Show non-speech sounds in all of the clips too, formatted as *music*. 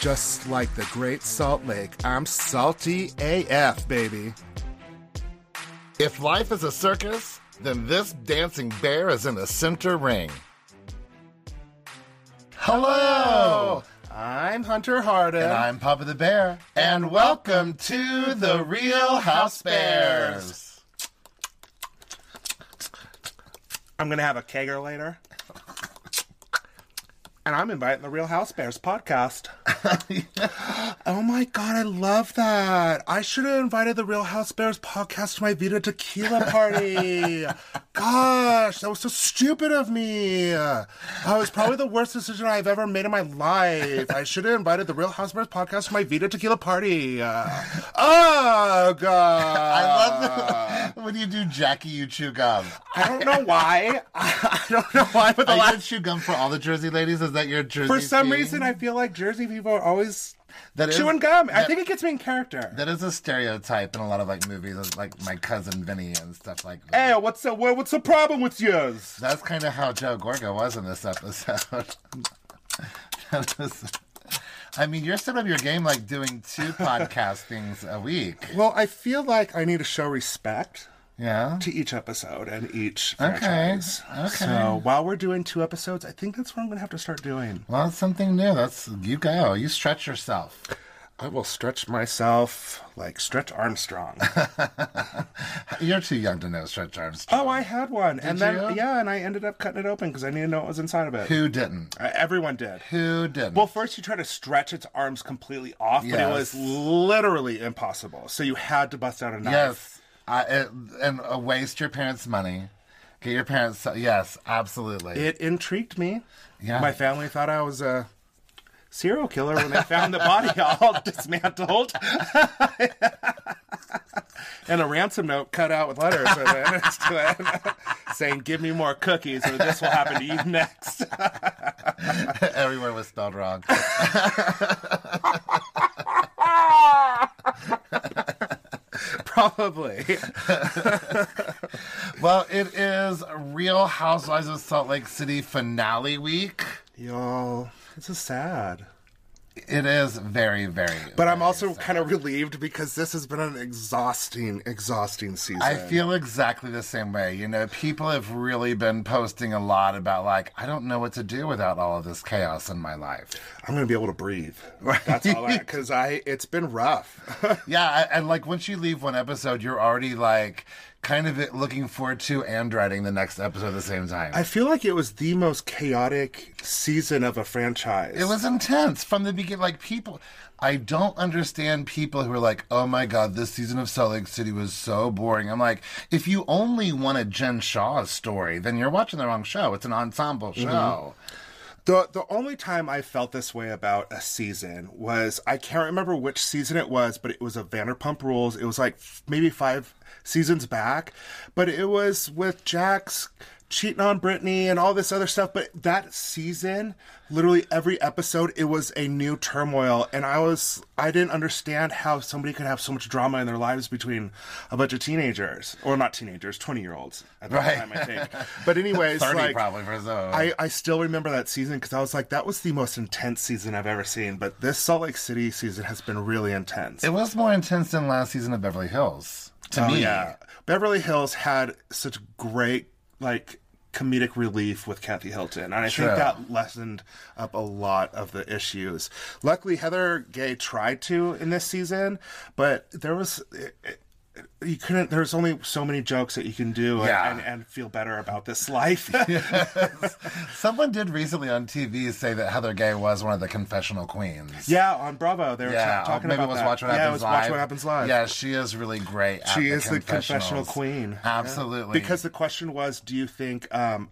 Just like the Great Salt Lake, I'm salty AF, baby. If life is a circus, then this dancing bear is in the center ring. Hello! I'm Hunter Harden. Oh. And I'm Papa the Bear. And welcome to the Real House Bears. I'm gonna have a kegger later. And I'm inviting the Real House Bears *laughs* podcast. oh my god, I love that. I should have invited the Real House Bears podcast to my Vita Tequila *laughs* party. Gosh, that was so stupid of me. That was probably the worst decision I've ever made in my life. I should have invited the Real House Bears podcast to my Vita Tequila party. Oh god. I love the, *laughs* when you do Jackie, you chew gum. I don't know why. *laughs* I don't know why, but the Are you last gonna chew gum for all the Jersey ladies? Is that your Jersey? For some theme? reason, I feel like Jersey people are always that is- chewing gum. I that- think it gets me in character. that is a stereotype in a lot of like movies, It's like my cousin Vinny and stuff like that. hey, what's the what, what's the problem with yours? That's kind of how Joe Gorga was in this episode. *laughs* That was- I mean, you're still on your game, like doing two podcast things a week. Well, I feel like I need to show respect Yeah. to each episode and each Okay, franchise. okay. So while we're doing two episodes, I think that's what I'm gonna have to start doing. Well, it's something new. That's you go. You stretch yourself. I will stretch myself like Stretch Armstrong. You're too young to know stretch Armstrong. *laughs* oh, I had one, and then you? yeah, and I ended up cutting it open because I didn't know what was inside of it. Who didn't? Uh, Everyone did. Who didn't? Well, first you try to stretch its arms completely off, but it was Yes. literally impossible. So you had to bust out a knife. yes. I, it, and uh, waste your parents' money. Get your parents. So, yes, absolutely. *laughs* It intrigued me. Yeah. My family thought I was a serial killer when they found the body *laughs* all dismantled. *laughs* and a ransom note cut out with letters with it *laughs* next to it saying, Give me more cookies or this will happen to you next. *laughs* Everywhere was spelled wrong. Probably. well, it is Real Housewives of Salt Lake City finale week. Y'all, this is sad. It is very, very. But I'm also kind of relieved because this has been an exhausting, exhausting season. I feel exactly the same way. You know, people have really been posting a lot about like, I don't know what to do without all of this chaos in my life. I'm gonna be able to breathe. That's all *laughs* I because I it's been rough. Yeah, I- and like once you leave one episode, you're already like kind of looking forward to and writing the next episode at the same time. I feel like it was the most chaotic season of a franchise. it was intense from the beginning. Like people, I don't understand people who are like, "Oh my god, this season of Salt Lake City was so boring." I'm like, if you only wanted Jen Shaw's story, then you're watching the wrong show. It's an ensemble show. the the only time I felt this way about a season was I can't remember which season it was, but it was a Vanderpump Rules. It was like f- maybe five seasons back, but it was with Jax cheating on Brittany and all this other stuff. But that season, literally every episode, it was a new turmoil, and I was I didn't understand how somebody could have so much drama in their lives between a bunch of teenagers, or not teenagers, twenty year olds at that Right. time, I think. But anyways, *laughs* Thirty like, probably for those. I, I still remember that season because I was like, that was the most intense season I've ever seen. But this Salt Lake City season has been really intense. it was more intense than last season of Beverly Hills to Oh, me. yeah. Beverly Hills had such great, like, comedic relief with Kathy Hilton. And I True. think that lessened up a lot of the issues. Luckily, Heather Gay tried to in this season, but there was. It, it, you couldn't. There's only so many jokes that you can do and- Yeah. and, and feel better about this life. *laughs* Someone did recently on TV say that Heather Gay was one of the confessional queens. Yeah, on Bravo, they were Yeah, oh, ta- talking maybe about it was that. Watch What yeah, Happens it was Live. Watch What Happens Live. Yeah, she is really great. At she the is the confessional confessionals. queen. Absolutely, Because the question was, do you think um,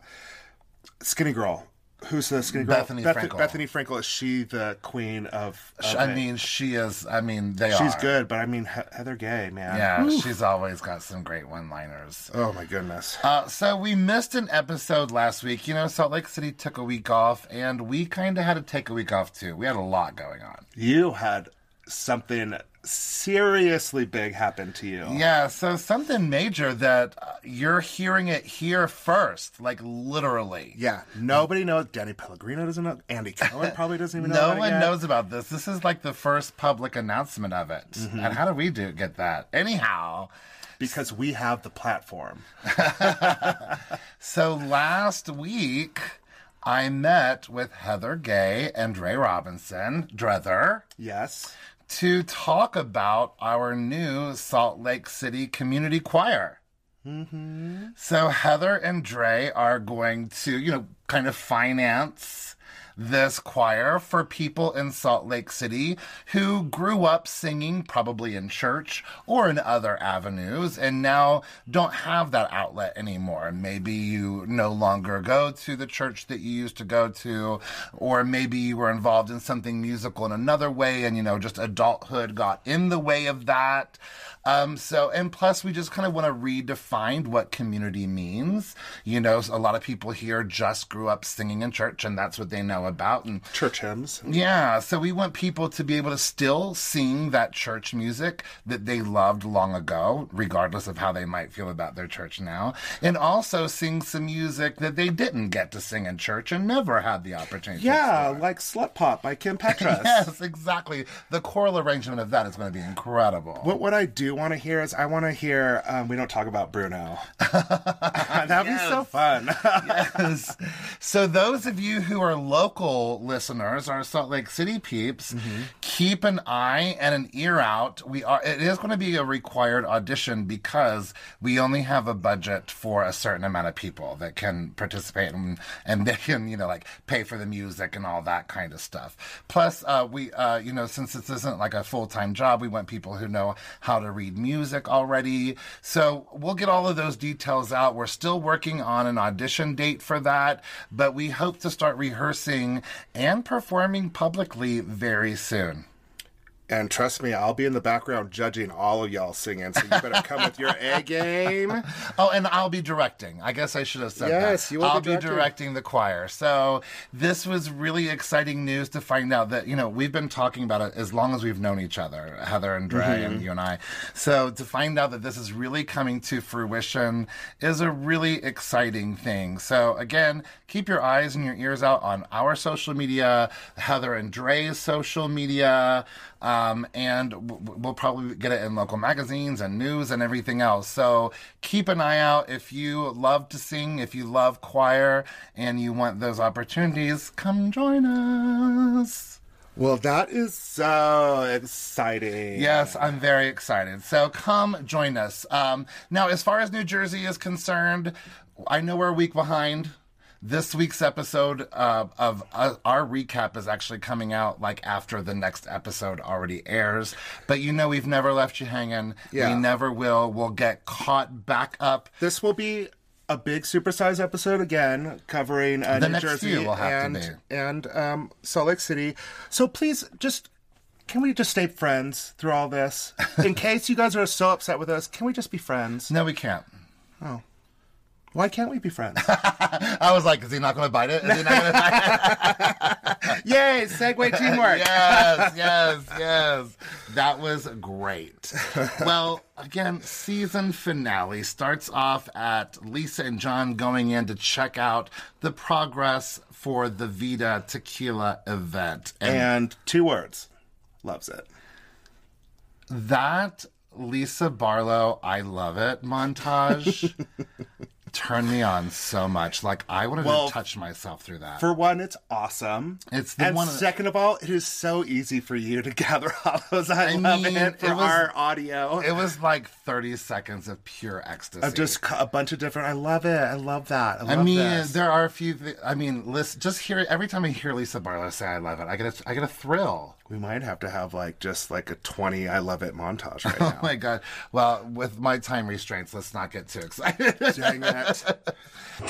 Skinny Girl? Who's the skinny girl? Bethany Beth- Frankel. Bethany Frankel is she the queen of? of I it? mean, she is. I mean, they are. she's good, but I mean He- Heather Gay, man. Yeah, she's always got some great one-liners. Oh my goodness. Uh, so we missed an episode last week. You know, Salt Lake City took a week off, and we kind of had to take a week off too. We had a lot going on. You had something seriously big happened to you. Yeah, so something major that uh, you're hearing it here first, like literally. Yeah, nobody knows. Danny Pellegrino doesn't know. Andy Cohen probably doesn't even know. *laughs* No about it one yet. knows about this. This is like the first public announcement of it. And how do we do get that? Anyhow, because we have the platform. so last week I met with Heather Gay and Ray Robinson, Drether, Yes, to talk about our new Salt Lake City community choir. So Heather and Dre are going to, you know, kind of finance this choir for people in Salt Lake City who grew up singing probably in church or in other avenues and now don't have that outlet anymore. Maybe you no longer go to the church that you used to go to, or maybe you were involved in something musical in another way and, you know, just adulthood got in the way of that. Um, so, and plus, we just kind of want to redefine what community means. You know, a lot of people here just grew up singing in church, and that's what they know about. And church hymns. yeah, so we want people to be able to still sing that church music that they loved long ago, regardless of how they might feel about their church now, and also sing some music that they didn't get to sing in church and never had the opportunity. to Yeah, explore. like Slut Pop by Kim Petras. *laughs* Yes, exactly. The choral arrangement of that is going to be incredible. But what I do want to hear is I want to hear um, we don't talk about Bruno. *laughs* That'd be so fun. *laughs* Yes. so those of you who are local listeners, our Salt Lake City peeps, keep an eye and an ear out. We are it is going to be a required audition because we only have a budget for a certain amount of people that can participate and, and they can, you know, like pay for the music and all that kind of stuff. Plus, uh, we, uh, you know, since this isn't like a full time job, we want people who know how to read music already. So we'll get all of those details out. We're still working on an audition date for that, but we hope to start rehearsing and performing publicly very soon. and trust me, I'll be in the background judging all of y'all singing, so you better come with your A *laughs* game. Oh, and I'll be directing. I guess I should have said that. Yes, you will be I'll be directing. directing the choir. So this was really exciting news to find out that you know we've been talking about it as long as we've known each other, Heather and Dre, Mm-hmm. and you and I. So to find out that this is really coming to fruition is a really exciting thing. So again, keep your eyes and your ears out on our social media, Heather and Dre's social media, um, and w- w- we'll probably get it in local magazines and news and everything else. So keep an eye out if you love to sing, if you love choir, and you want those opportunities, come join us. Well, that is so exciting. Yes, I'm very excited. So come join us. Um, now, as far as New Jersey is concerned, I know we're a week behind. This week's episode uh, of uh, our recap is actually coming out like after the next episode already airs. But you know, we've never left you hanging. Yeah. We never will. We'll get caught back up. This will be a big supersize episode again, covering uh, The New next Jersey few will have and to and um, Salt Lake City. So please, just can we just stay friends through all *laughs* this? In case you guys are so upset with us, can we just be friends? No, we can't. Why can't we be *laughs* friends? I was like, is he not going to bite it? Is he not going to bite it? Yay! Segway *laughs* teamwork. yes, yes, yes. That was great. Well, again, season finale starts off at Lisa and John going in to check out the progress for the Vita Tequila event. And And two words, loves it. that Lisa Barlow, I love *laughs* it montage turned me on so much. Like, I wanted Well, to touch myself through that. For one, it's awesome. It's the and one- second of all, it is so easy for you to *laughs* gather all those. I, I love mean, it for it was- our audio. it was like 30 seconds of pure ecstasy. Of just cu- a bunch of different. I love it. I love that. I, love I mean, this. there are a few. Th- I mean, listen, just hear every time I hear Lisa Barlow say "I love it," I get a, I get a thrill. we might have to have like just like a twenty "I love it" montage right now. Oh my god! Well, with my time restraints, let's not get too excited. *laughs* *laughs* Dang it.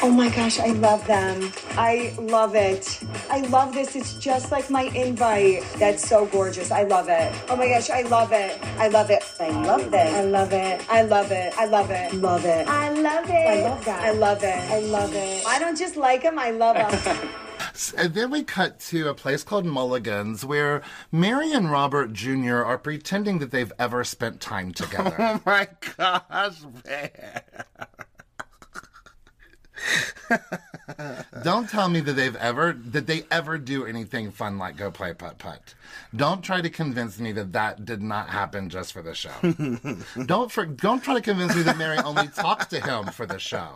Oh my gosh, I love them. I love it. I love this. It's just like my invite. That's so gorgeous. I love it. Oh my gosh, I love it. I love it. I love it. I love it. I love it. I love it. Love it. *laughs* I love it. I love that. I love it. I love it. I don't just like them, I love them. And then we cut to a place called Mulligan's where Mary and Robert Jr. are pretending that they've ever spent time together. Oh my gosh, man. Don't tell me that they've ever that they ever do anything fun like go play putt putt. Don't try to convince me that that did not happen just for the show. don't for, don't try to convince me that Mary only talked to him for the show.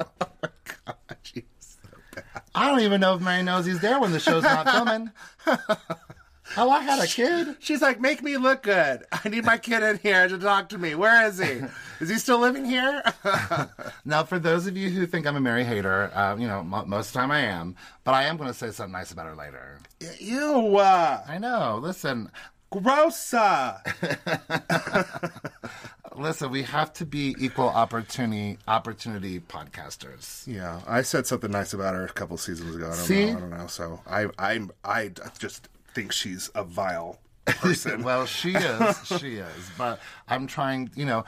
I don't even know if Mary knows he's there when the show's not filming. oh, I had a kid. She's like, make me look good. I need my kid in here to talk to me. Where is he? Is he still living here? *laughs* Now, for those of you who think I'm a Mary hater, uh, you know m- most of the time I am, but I am going to say something nice about her later. Ew. Uh, I know. Listen, gross. uh. Listen, we have to be equal opportunity opportunity podcasters. Yeah, I said something nice about her a couple seasons ago. I don't See? know. I don't know. So I, I, I just think she's a vile *laughs* person. *laughs* Well, she is, she is. But I'm trying, you know,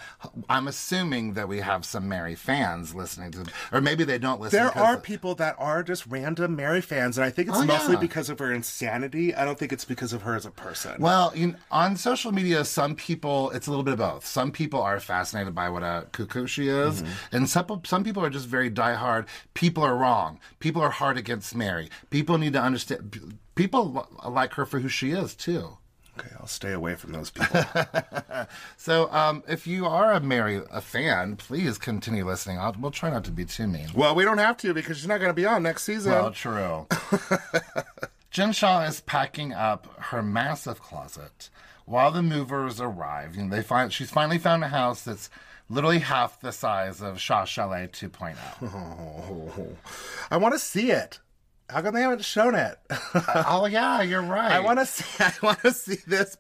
I'm assuming that we have some Mary fans listening to, or maybe they don't listen. there 'cause- are people that are just random Mary fans, and I think it's Oh, mostly yeah. because of her insanity. I don't think it's because of her as a person. Well, you on social media, some people it's a little bit of both. Some people are fascinated by what a cuckoo she is, Mm-hmm. and some some people are just very diehard. People are wrong. People are hard against Mary. People need to understand. People li- like her for who she is too. Okay, I'll stay away from those *laughs* people. So, um, if you are a Mary a fan, please continue listening. I'll, we'll try not to be too mean. well, we don't have to because she's not going to be on next season. Well, *laughs* true. Jinshaw is packing up her massive closet while the movers arrive. And they find she's finally found a house that's literally half the size of Shaw Chalet 2.0. Oh, I want to see it. How come they haven't shown it? *laughs* *laughs* oh yeah, you're right. I want to see. I want to see this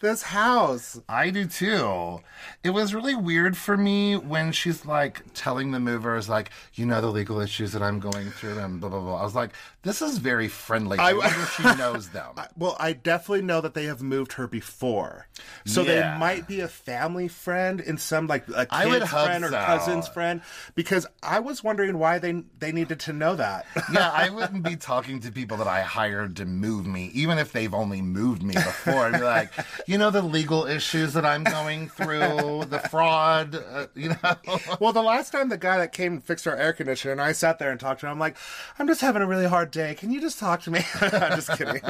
this house. I do too. It was really weird for me when she's like telling the movers, like, you know, the legal issues that I'm going through and blah blah blah. I was like, this is very friendly. I wonder if she knows them. Well, I definitely know that they have moved her before, so Yeah. they might be a family friend in some like a kid's I would hope friend or so. cousin's friend. Because I was wondering why they they needed to know that. *laughs* yeah, I wouldn't be talking to people that I hired to move me, even if they've only moved me before. I'd be like, you know, the legal issues that I'm going through, the fraud, uh, you know. well, the last time the guy that came and fixed our air conditioner, and I sat there and talked to him, I'm like, I'm just having a really hard day. Can you just talk to me? *laughs* I'm just kidding.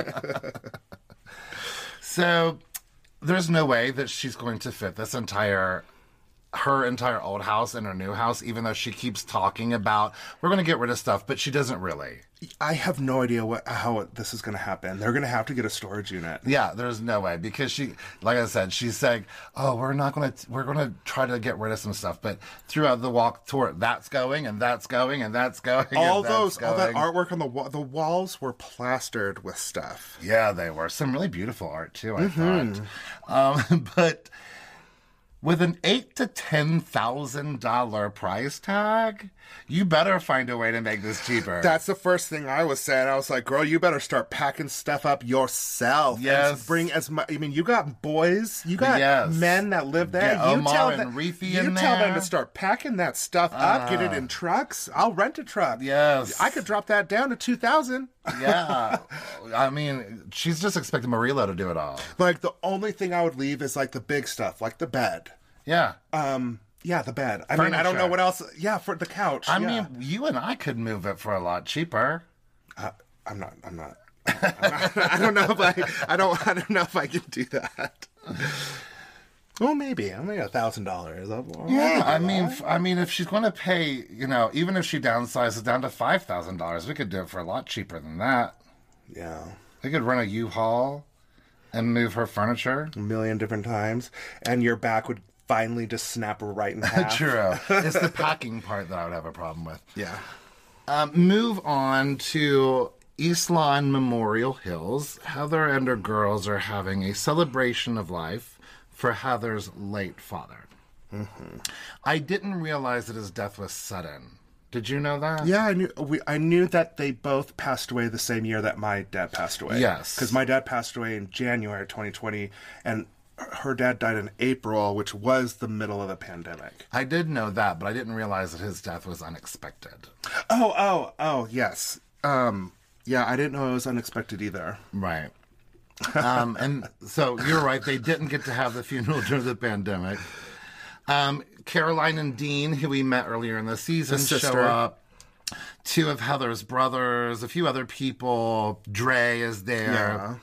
So there's no way that she's going to fit this entire her entire old house in her new house, even though she keeps talking about we're going to get rid of stuff, but she doesn't really. I have no idea what how this is going to happen. They're going to have to get a storage unit. Yeah, there's no way because she, like I said, she's saying, "Oh, we're not gonna, we're gonna try to get rid of some stuff." But throughout the walk tour, that's going and that's going and that's going. and all that's those, all that going. artwork on the wall, the walls were plastered with stuff. Yeah, they were some really beautiful art too. I thought, um, *laughs* but with an eight to ten thousand dollar price tag, you better find a way to make this cheaper. That's the first thing I was saying. I was like, girl, you better start packing stuff up yourself. And Yes. bring as much. I mean, you got boys, you got Yes. men that live there. Get you Omar tell and them, Reefy you in tell them there. Ah. to start packing that stuff up, get it in trucks. I'll rent a truck. Yes. I could drop that down to 2000 yeah, I mean, she's just expecting Marilo to do it all. *laughs* Like, the only thing I would leave is like the big stuff, like the bed. Yeah. Um, yeah, the bed. I mean, I don't know Furniture. what else. Yeah, for the couch. I yeah. mean, you and I could move it for a lot cheaper. I, I'm not. I'm not. *laughs* I'm not- I don't know if I. I don't. I don't know if I can do that. Well, maybe. I mean, a thousand dollars. uh, Yeah, I mean, f- I mean, if she's going to pay, you know, even if she downsizes down to five thousand dollars, we could do it for a lot cheaper than that. Yeah. We could rent a U-Haul and move her furniture. A million different times, and your back would finally just snap *laughs* right in half. True, it's the packing part that I would have a problem with. Yeah. Um, move on to East Lawn Memorial Hills. Heather and her girls are having a celebration of life for Heather's late father. I didn't realize that his death was sudden. Did you know that? Yeah, I knew. We, I knew that they both passed away the same year that my dad passed away. Yes. because my dad passed away in January 2020, and her dad died in April, which was the middle of the pandemic. I did know that, but I didn't realize that his death was unexpected. Oh, oh, oh, yes. Um, Yeah, I didn't know it was unexpected either. *laughs* Right. Um, and so you're right. They didn't get to have the funeral *laughs* during the pandemic. Um, Caroline and Dean, who we met earlier in the season, The show sister. up. Two of Heather's brothers, a few other people. Dre is there. Yeah.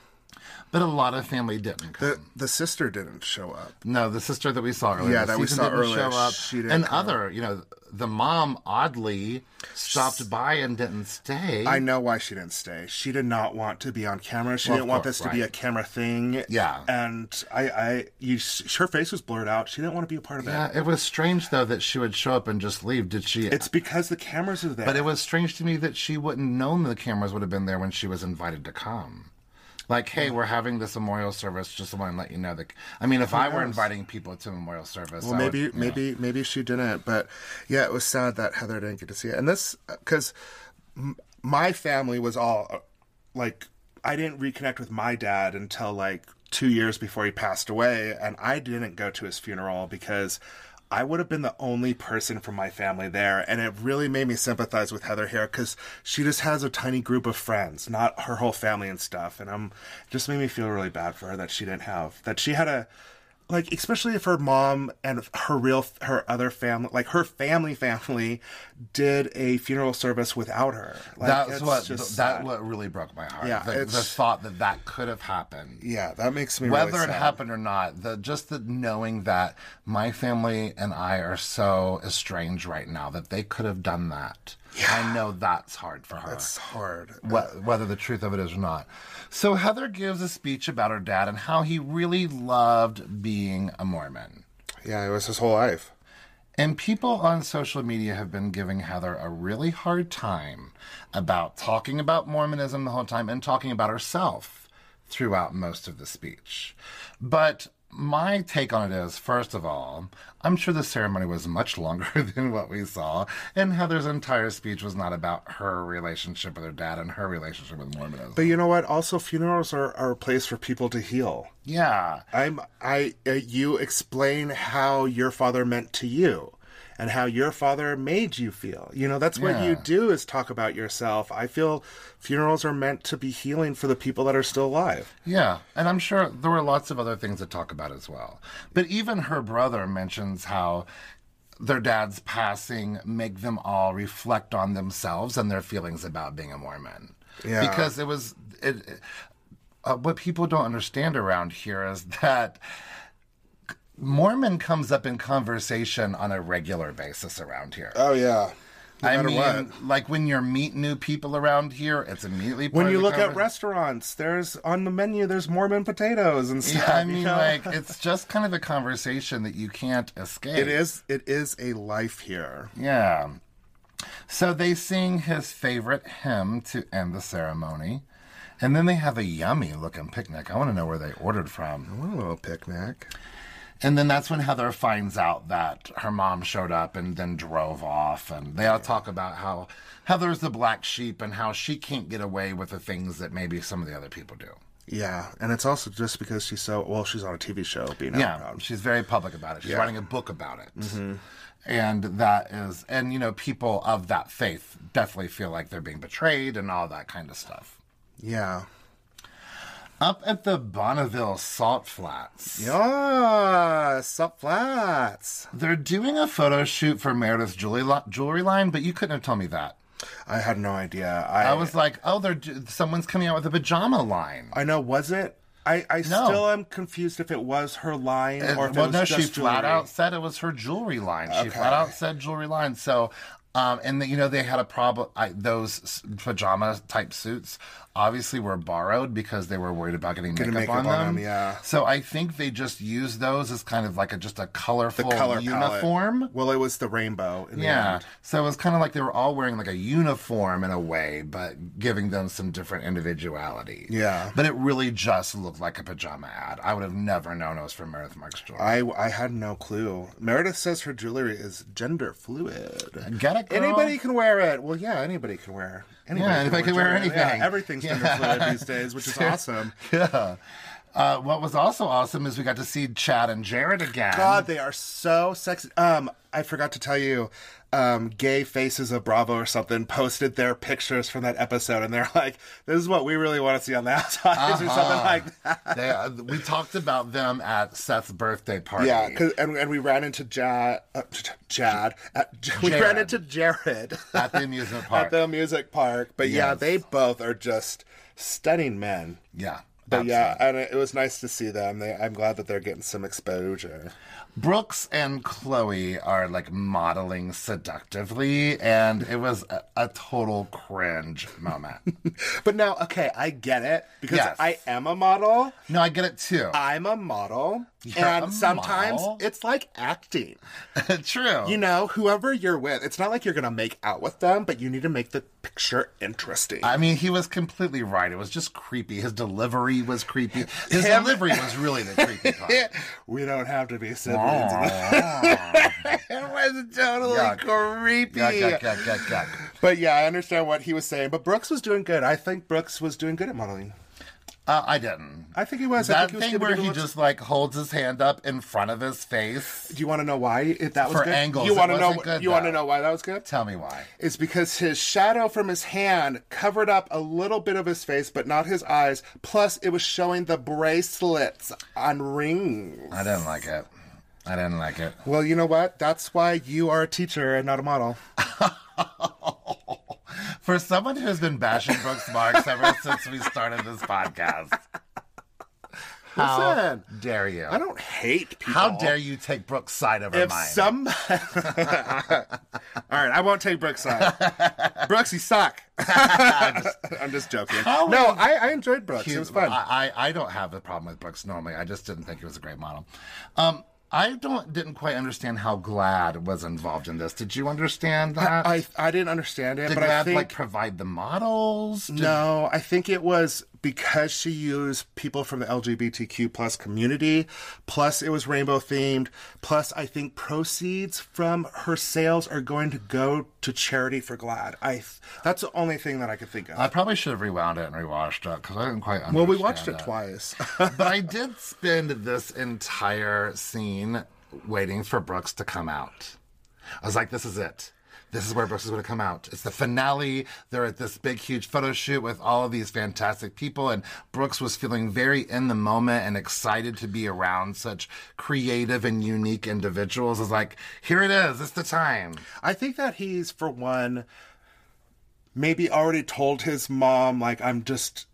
But a lot of family didn't come. The the sister didn't show up. no, the sister that we saw earlier. Yeah, this that we saw season didn't earlier, Show up. she didn't and come. other, you know, the mom oddly stopped by and didn't stay. I know why she didn't stay. She did not want to be on camera. She Well, of didn't want course, this to be right. a camera thing. Yeah. And I, I, you, her face was blurred out. She didn't want to be a part of Yeah, it. Uh, it was strange though that she would show up and just leave. Did she? It's because the cameras are there. But it was strange to me that she wouldn't known the cameras would have been there when she was invited to come. Like, hey, we're having this memorial service. Just want to let you know that. I mean, if I were inviting people to memorial service, Well, I would- maybe, you know. maybe, maybe she didn't. But yeah, it was sad that Heather didn't get to see it. And this, because m- my family was all uh, like, I didn't reconnect with my dad until like two years before he passed away, and I didn't go to his funeral because. I would have been the only person from my family there, and it really made me sympathize with Heather here because she just has a tiny group of friends, not her whole family and stuff. And I'm just made me feel really bad for her that she didn't have that she had a like especially if her mom and her real her other family like her family family did a funeral service without her like that's it's what just that sad. what really broke my heart. Yeah, the, the it's- thought that that could have happened. yeah that makes me Whether really it sad. happened or not, the, just the knowing that my family and I are so estranged right now that they could have done that. I know that's hard for her. it's hard wh- whether the truth of it is or not. So Heather gives a speech about her dad and how he really loved being a Mormon. yeah it was his whole life And people on social media have been giving Heather a really hard time about talking about Mormonism the whole time and talking about herself throughout most of the speech. But my take on it is first of all, I'm sure the ceremony was much longer *laughs* than what we saw, and Heather's entire speech was not about her relationship with her dad and her relationship with Mormonism. but you know what also funerals are, are a place for people to heal yeah. i'm i uh, you explain how your father meant to you and how your father made you feel you know that's what you Yeah. do is talk about yourself i feel funerals are meant to be healing for the people that are still alive Yeah, and I'm sure there were lots of other things to talk about as well. But even her brother mentions how their dad's passing make them all reflect on themselves and their feelings about being a Mormon. Yeah. Because it was it, uh, what people don't understand around here is that Mormon comes up in conversation on a regular basis around here. Oh yeah. I matter mean, what. like when you meet new people around here, it's immediately part When of you the look at conversation. restaurants, there's on the menu there's Mormon potatoes and *laughs* stuff. Yeah, I you mean, know? *laughs* like it's just kind of a conversation that you can't escape. it is it is a life here. Yeah. So they sing his favorite hymn to end the ceremony, and then they have a yummy looking picnic. I want to know where they ordered from. What a little picnic. And then that's when Heather finds out that her mom showed up and then drove off, and they all talk about how Heather's the black sheep and how she can't get away with the things that maybe some of the other people do. Yeah, and it's also just because she's so well, she's on a TV show being out Yeah, loud. she's very public about it. She's writing a book about it. And that is, and you know, people of that faith definitely feel like they're being betrayed and all that kind of stuff. Yeah. Up at the Bonneville Salt Flats, Yeah, sup flats. they're doing a photo shoot for Meredith's jewelry, li- jewelry line, but you couldn't have told me that. I had no idea. I, I was like, oh, they're do- someone's coming out with a pajama line. I know, was it? I, I No. still am confused if it was her line or if it well, was no, just she flat jewelry. out said it was her jewelry line. She flat out said jewelry line. So, um, and the, you know they had a problem. I, those s- pajama type suits obviously were borrowed because they were worried about getting makeup, makeup on on, them. them, yeah. So I think they just used those as kind of like a just a colorful color uniform. Palette. Well, it was the rainbow. In the Yeah. end. So it was kind of like they were all wearing like a uniform in a way, but giving them some different individuality. Yeah. But it really just looked like a pajama ad. I would have never known it was from Meredith Marks Jewelry. I, I had no clue. Meredith says her jewelry is gender fluid. Get it, girl? Anybody can wear it. Well, yeah, anybody can wear. Anybody Yeah, anybody can wear jewelry. Yeah, anything. *laughs* everything's gender fluid these days, which is awesome. *laughs* Yeah. Uh, what was also awesome is we got to see Chad and Jared again. God, they are so sexy. Um, I forgot to tell you, um, Gay Faces of Bravo or something posted their pictures from that episode, and they're *laughs* like, "This is what we really want to see on the *laughs* outside," or Uh-huh. something like that. They, uh, we talked about them at Seth's birthday party. Yeah, *laughs* 'cause- and and we ran into Jad, uh, J- J- Jad, uh, J- *laughs* we Jared. ran into Jared at the amusement *laughs* park. at the music park. But yeah, Yes. they both are just stunning men. Yeah. But yeah, and it it was nice to see them. They, I'm glad that they're getting some exposure. Brooks and Chloe are like modeling seductively, and it was a, a total cringe moment. *laughs* *laughs* But now, okay, I get it because Yes. I am a model. no, I get it too. I'm a model, You're and a sometimes model? it's like acting. *laughs* True. Uh, You know, whoever you're with, it's not like you're gonna make out with them, but you need to make the picture interesting. *laughs* I mean, he was completely right. It was just creepy. His delivery was creepy. His Him- delivery was really the *laughs* creepy part. we don't have to be siblings. Aw. *laughs* it was totally Yuck. creepy. Yuck, yuck, yuck, yuck, yuck. But yeah, I understand what he was saying. But Brooks was doing good. I think Brooks was doing good at modeling. Uh, I didn't. I think he was. I think that he was thing giving where good he looks. just like holds his hand up in front of his face. Do you want to know why it, that was For good? angles, You it want to know? wasn't good, you want though. to know why that was good? Tell me why. It's because his shadow from his hand covered up a little bit of his face, but not his eyes. Plus, it was showing the bracelets on rings. I didn't like it. I didn't like it. Well, you know what? That's why you are a teacher and not a model. For someone who has been bashing Brooks *laughs* Marks ever since we started this podcast, how Listen, dare you? I don't hate people. How dare you take Brooks' side over If mine? some, *laughs* all right, I won't take Brooks' *laughs* side. Brooks, you suck. *laughs* I'm, just, joking. How no, I, I enjoyed Brooks. He- It was fun. I, I, I don't have a problem with Brooks normally. I just didn't think he was a great model. Um, I don't didn't quite understand how Glad was involved in this. Did you understand that? I, I didn't understand it, Did but Glad I think like provide the models? Did- No, I think it was because she used people from the LGBTQ plus community, plus it was rainbow themed, plus I think proceeds from her sales are going to go to charity for GLAD. I that's the only thing that I could think of. I probably should have rewound it and rewatched it because I didn't quite understand. well, we watched it it. twice. *laughs* *laughs* but I did spend this entire scene waiting for Brooks to come out. I was like, this is it. This is where Brooks is going to come out. It's the finale. They're at this big, huge photo shoot with all of these fantastic people. And Brooks was feeling very in the moment and excited to be around such creative and unique individuals. I was like, here it is. It's the time. I think that he's for one maybe already told his mom like I'm just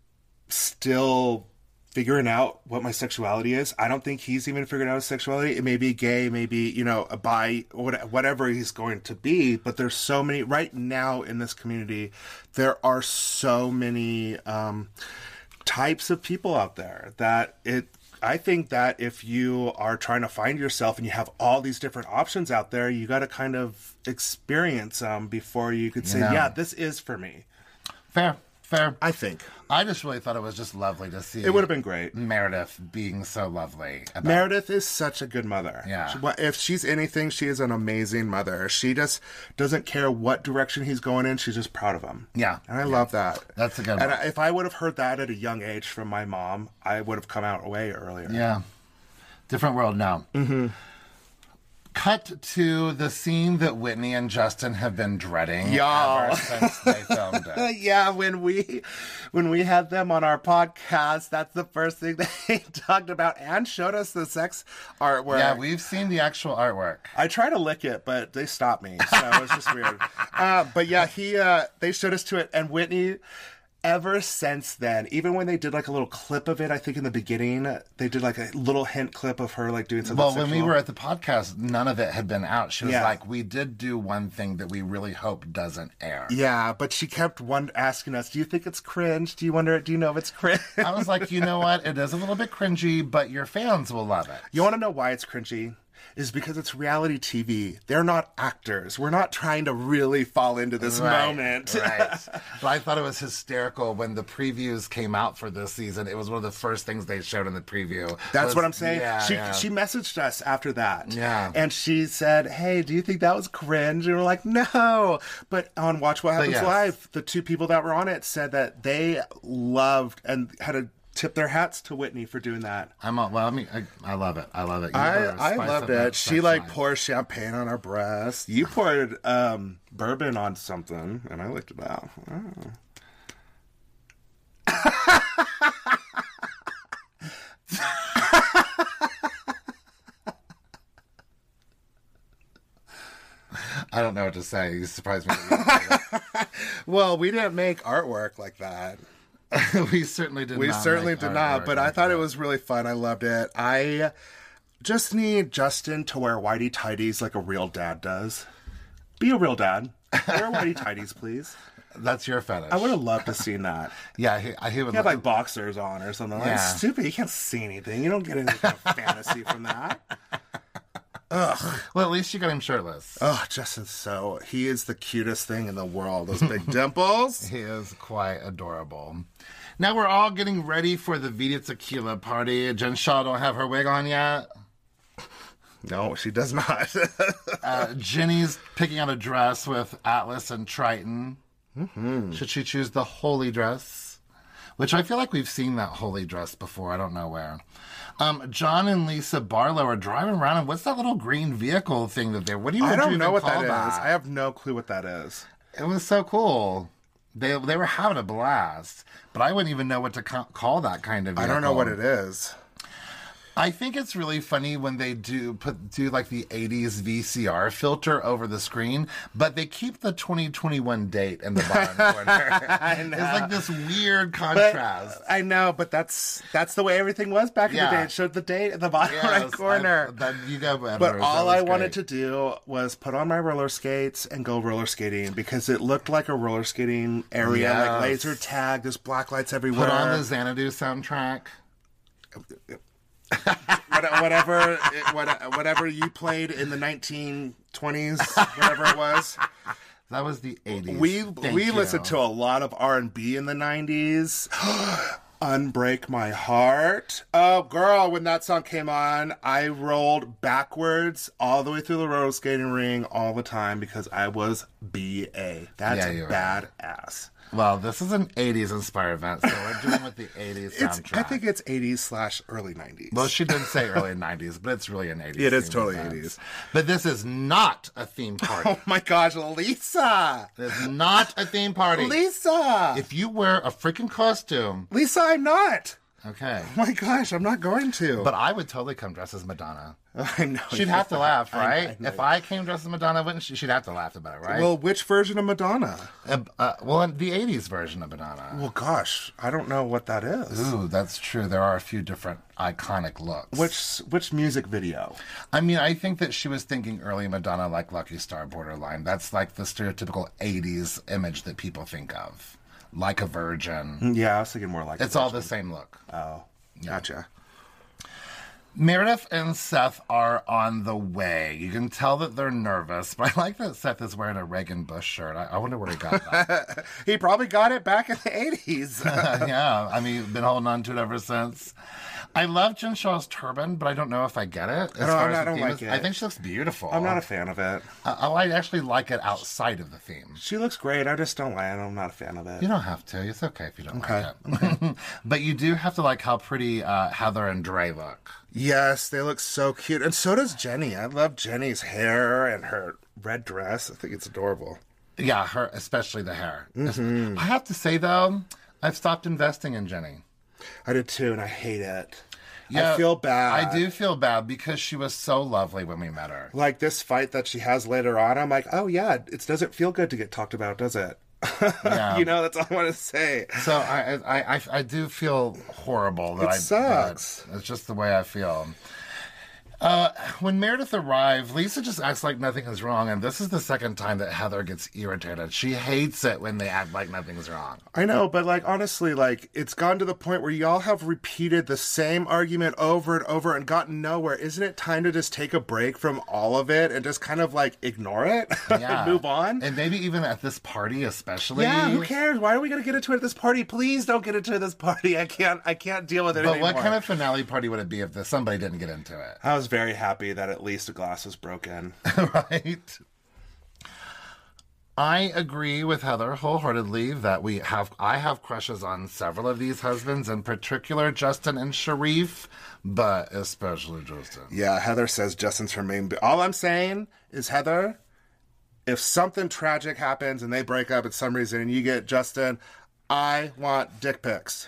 still figuring out what my sexuality is. I don't think he's even figured out his sexuality. It may be gay, maybe, you know, a bi, what- whatever he's going to be. But there's so many, right now in this community, there are so many um, types of people out there that it, I think that if you are trying to find yourself and you have all these different options out there, you got to kind of experience them before you could say, yeah, this is for me. Fair, fair. I think. I just really thought it was just lovely to see It would have been great. Meredith being so lovely. About Meredith is such a good mother. Yeah. She- wha- If she's anything, she is an amazing mother. She just doesn't care what direction he's going in. She's just proud of him. Yeah. And I love that. That's a good And one. I- if I would have heard that at a young age from my mom, I would have come out way earlier. Yeah. Different world now. Mm-hmm. Cut to the scene that Whitney and Justin have been dreading Y'all. ever since *laughs* they filmed Uh, it. yeah, when we when we had them on our podcast, that's the first thing *laughs* they talked about and showed us the sex artwork. Yeah, we've seen the actual artwork. I try to lick it, but they stopped me, so it was just *laughs* weird. Uh, but yeah, he uh, they showed us to it, and Whitney. Ever since then, even when they did like a little clip of it, I think in the beginning they did like a little hint clip of her like doing something. Well, when we sexual. were at the podcast, none of it had been out. She was Yeah. like, "We did do one thing that we really hope doesn't air." yeah, but she kept one asking us, "Do you think it's cringe? Do you wonder? Do you know if it's cringe?" I was like, "You know what? It is a little bit cringy, but your fans will love it." *laughs* You want to know why it's cringy? Is because it's reality TV. They're not actors. We're not trying to really fall into this Right, moment. right. *laughs* But I thought it was hysterical when the previews came out for this season. It was one of the first things they showed in the preview. That's was- what I'm saying. Yeah, she yeah. she messaged us after that. Yeah. And she said, Hey, do you think that was cringe? And we're like, No. But on Watch What Happens yes. Live, the two people that were on it said that they loved and had a tip their hats to Whitney for doing that. I'm all, well. I mean, I, I love it. I love it. You I, are a I spice loved up that it. She sex like line. poured champagne on our breasts. You poured um, bourbon on something, and I looked it up. Oh. I don't know what to say. You *laughs* surprised me. *laughs* that Well, we didn't make artwork like that. you- we certainly did. We not certainly make did our not, work but I like thought that. it was really fun. I loved it. I just need Justin to wear whitey tidies like a real dad does. Be a real dad. Wear whitey tidies, please. that's your fetish. I would have loved to seen that. yeah, he, I, he would. He had love- like boxers on or something. Yeah. Like stupid. You can't see anything. You don't get any *laughs* kind of fantasy from that. well, at least you got him shirtless. Oh, Justin's so he is the cutest thing in the world. Those *laughs* big dimples. He is quite adorable. Now we're all getting ready for the Vita Tequila party. Jen Shaw don't have her wig on yet. No, she does not. Uh, Jenny's picking out a dress with Atlas and Triton. Mm-hmm. Should she choose the holy dress? Which I feel like we've seen that holy dress before. I don't know where. Um, John and Lisa Barlow are driving around, and what's that little green vehicle thing that they're? What do you? I *laughs* would you don't even know what call that is. I have no clue what that is. It was so cool. They they were having a blast, but I wouldn't even know what to ca- call that kind of. I Vehicle. don't know what it is. I think it's really funny when they do put do like the 80s VCR filter over the screen, but they keep the 2021 date in the *laughs* bottom corner. I know. It's like this weird But- *laughs* contrast. I know, but that's that's the way everything was back in Yeah. the day. It showed the date at the bottom right Yes, corner. I- that- you go, Edwards. but That all was I wanted to great. do was put on my roller skates and go roller skating because it looked like a roller skating area, Yes. like laser tag. There's black lights everywhere. put on the Xanadu soundtrack. What- whatever, it, what, whatever you played in the 1920s, whatever it was. That was the 80s. We Thank we you. listened to a lot of R and B in the nineties. *gasps* Unbreak my heart. Oh girl, when that song came on, I rolled backwards all the way through the roller skating ring all the time because I was BA. That's Yeah, you were. badass. Well, this is an 80s inspired event, so we're doing with the *laughs* 80s It's, soundtrack. I think it's eighties slash early nineties. *laughs* Well, she did say early 90s, but it's really an 80s. It is theme totally event. 80s. But this is not a *laughs* theme party. oh my gosh, Lisa. It's not a theme party. Lisa. If you wear a freaking costume, Lisa, I'm not. okay. Oh my gosh, I'm not going to. But I would totally come dressed as Madonna. I know. She'd have to laugh, right? if I came dressed as Madonna, wouldn't she? She'd have to laugh about it, right? Well, which version of Madonna? uh, uh, well, in the '80s version of Madonna. Well, gosh, I don't know what that is. Ooh, that's true. There are a few different iconic looks. Which which music video? I mean, I think that she was thinking early Madonna, like Lucky Star, borderline. That's like the stereotypical '80s image that people think of, like a virgin. Yeah, I was thinking more like It's all the same look. Oh, gotcha. Meredith and Seth are on the way. You can tell that they're nervous, *laughs* but I like that Seth is wearing a Reagan Bush shirt. I, I wonder where he got that. *laughs* He probably got it back in the eighties. yeah, I mean, been holding on to it ever since. I love Jen Shaw's turban, but I don't know if I get it. As don't- I far as the don't theme like is- it. I think she looks beautiful. I'm not a fan of it. I- I like- actually like it outside of the theme. She looks great. I just don't like it. I'm not a fan of it. You don't have to. It's okay if you don't like it. *laughs* but you do have to like how pretty uh, Heather and Dre look. yes, they look so cute, and so does Jenny. I love Jenny's hair and her red dress. I think it's adorable. Yeah, her especially the hair. Mm-hmm. I have to say though, I've stopped investing in Jenny. I did too, and I hate it. Yeah, I feel bad. I do feel bad because she was so lovely when we met her. Like this fight that she has later on, I'm like, oh yeah, it doesn't feel good to get talked about, does it? *laughs* Yeah. you know, that's all I want to say. So I I, I, I do feel horrible that It I sucks. that it's just the way I feel. Uh, when Meredith arrived, Lisa just acts like nothing is wrong, and this is the second time that Heather gets irritated. She hates it when they act like nothing's wrong. I know, but like honestly, like it's gone to the point where y'all have repeated the same argument over and over and gotten nowhere. Isn't it time to just take a break from all of it and just kind of like ignore it *laughs* Yeah, *laughs* and move on? and maybe even at this party, especially. yeah, who cares? Why are we gonna get into it at this party? Please don't get into it at this party. I can't. I can't deal with it But anymore. what kind of finale party would it be if the, somebody didn't get into it? I was *laughs* very happy that at least a glass was broken. right? I agree with Heather wholeheartedly that we have I have crushes on several of these husbands, in particular Justin and Sharif, but especially Justin. *laughs* Yeah, Heather says Justin's her main. But all I'm saying is, Heather, if something tragic happens and they break up at some reason and you get Justin, I want dick pics.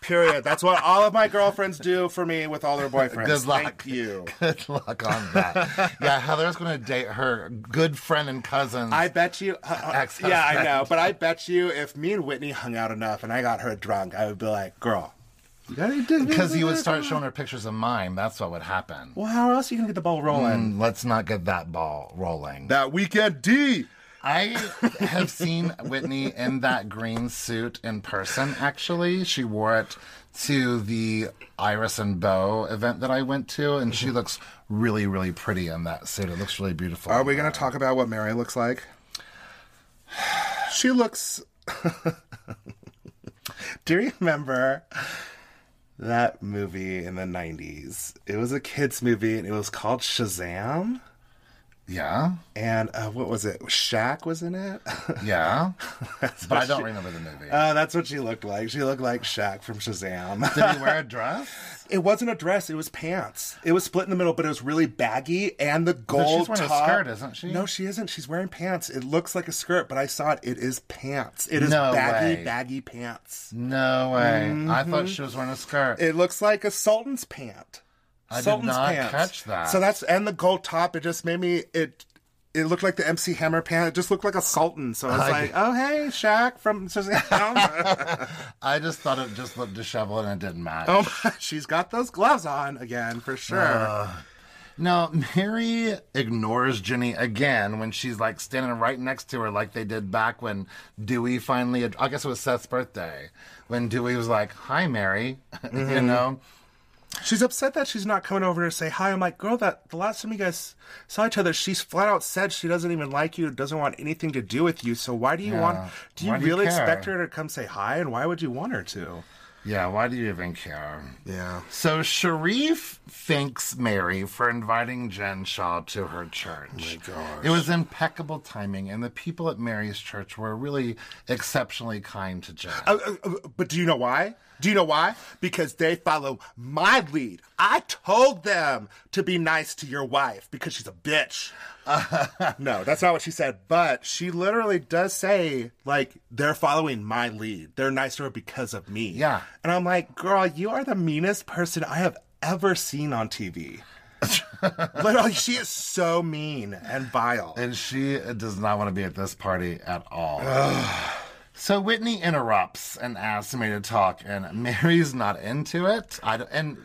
Period. That's what all of my girlfriends do for me with all their boyfriends. Good luck. Thank you. Good luck on *laughs* that. yeah, Heather's going to date her good friend and cousin. I *laughs* bet you. uh, uh, yeah, I know. But I bet you if me and Whitney hung out enough and I got her drunk, I would be like, girl, you got any dick pics? because you would start showing her pictures of mine. That's what would happen. Well, how else are you going to get the ball rolling? And let's not get that ball rolling. That weekend D. I have seen Whitney in that green suit in person, actually. She wore it to the Iris and Bow event that I went to, and Mm-hmm. she looks really, really pretty in that suit. It looks really beautiful. Are we going to talk about what Mary looks like? She looks. *laughs* Do you remember that movie in the 90s? It was a kids' movie and it was called Shazam. Yeah. And uh, what was it? Shaq was in it? *laughs* Yeah. but I don't she- remember the movie. Oh, that's what she looked like. She looked like Shaq from Shazam. *laughs* Did he wear a dress? it wasn't a dress; it was pants. It was split in the middle, but it was really baggy. And the gold she's wearing a top- skirt, isn't she? No, she isn't. She's wearing pants. It looks like a skirt, but I saw it. It is pants. It is No baggy, way. baggy pants. No way. I thought she was wearing a skirt. Mm-hmm. It looks like a sultan's pant. I did not catch that. So that's and the gold top. It just made me it. It looked like the MC Hammer pant. It just looked like a sultan. So I was I- like, "Oh hey, Shaq from *laughs* Shazam." I just thought it just looked disheveled and it didn't match. Oh, my- *laughs* she's got those gloves on again for sure. Oh, Uh, Now, Mary ignores Jenny again when she's like standing right next to her, like they did back when Dewey finally, I guess it was Seth's birthday, when Dewey was like, Hi, Mary. *laughs* you know? she's upset that she's not coming over to say hi. I'm like, girl, that the last time you guys saw each other, she's flat out said she doesn't even like you, doesn't want anything to do with you. So why do you want? Do you Why do you really care? expect her to come say hi? And why would you want her to? Yeah, why do you even care? Yeah. So Sharif thanks Mary for inviting Jen Shaw to her church. It was impeccable timing, and the people at Mary's church were really exceptionally kind to Jen. Uh, uh, But do you know why? Do you know why? Because they follow my lead. I told them to be nice to your wife because she's a bitch. *laughs* no, that's not what she said. But she literally does say, like, they're following my lead. They're nice to her because of me. Yeah. And I'm like, girl, you are the meanest person I have ever seen on TV. *laughs* literally, she is so mean and vile. And she does not want to be at this party at all. so Whitney interrupts and asks me to talk, and *laughs* Mary's not into it. I d- and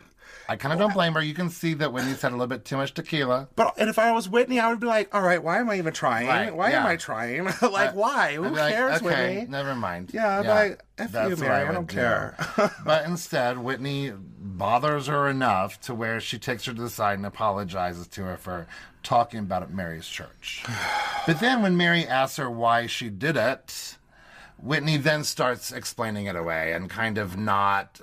I kind of don't blame her. You can see that Whitney's had a little bit too much tequila. But and if I was Whitney, I would be like, all right, why am I even trying? Right, why am yeah. I trying? *laughs* like, why? Who I'd be like, cares, okay, Whitney? never mind. Yeah, I'd be like, F you, that's Mary, what I would don't do. care. *laughs* but instead, Whitney bothers her enough to where she takes her to the side and apologizes to her for talking about it at Mary's church. *sighs* but then when Mary asks her why she did it, Whitney then starts explaining it away and kind of not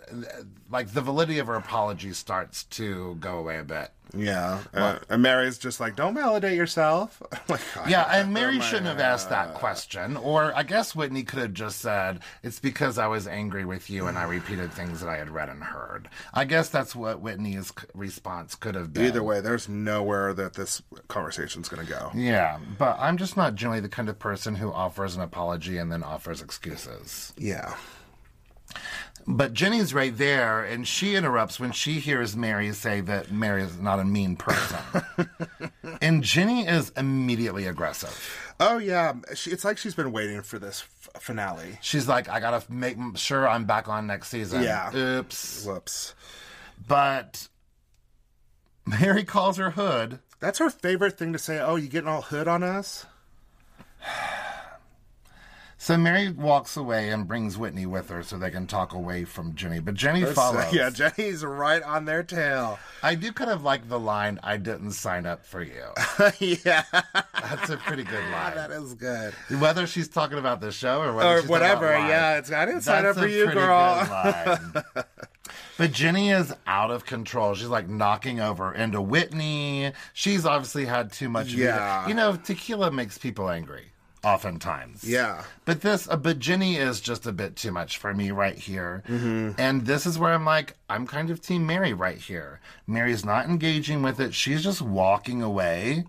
like the validity of her apology starts to go away a bit. Yeah. Uh, and Mary's just like, don't validate yourself. *laughs* like, God, Yeah, and Mary shouldn't have asked that question. Or I guess Whitney could have just said, It's because I was angry with you and I repeated things that I had read and heard. I guess that's what Whitney's c- response could have been. Either way, there's nowhere that this conversation's going to go. Yeah, but I'm just not generally the kind of person who offers an apology and then offers excuses. Yeah. But Jenny's right there, and she interrupts when she hears Mary say that Mary is not a mean *laughs* person. and Jenny is immediately aggressive. Oh, yeah. She, it's like she's been waiting for this f- finale. She's like, I gotta make m- sure I'm back on next season. Yeah. Oops. Whoops. But Mary calls her Hood. That's her favorite thing to say. Oh, you getting all hood on us? So Mary walks away and brings Whitney with her so they can talk away from Jenny. But Jenny follows. Yeah, Jenny's right on their tail. *laughs* I do kind of like the line, I didn't sign up for you. yeah, That's a *laughs* pretty good line. that is good. Whether she's talking about the show or whether or she's talking whatever. about life, Yeah, it's I didn't sign up that's for a you, pretty girl. good line. But Jenny is out of control. She's like knocking over into Whitney. She's obviously had too much. of it. Yeah. You know, tequila makes people angry. oftentimes. Yeah. But this, a Bajini is just a bit too much for me right here. Mm-hmm. And this is where I'm like, I'm kind of Team Mary right here. Mary's not engaging with it, she's just walking away.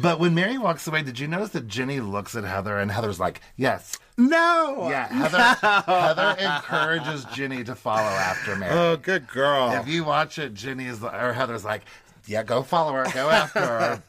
But when Mary walks away, did you notice that Jenny looks at Heather and Heather's like, yes. *laughs* No. *laughs* Yeah, Heather, Heather encourages Jenny to follow after Mary. Oh, good girl. If you watch it, Jenny is or Heather's like, yeah, go follow her, go *laughs* after her.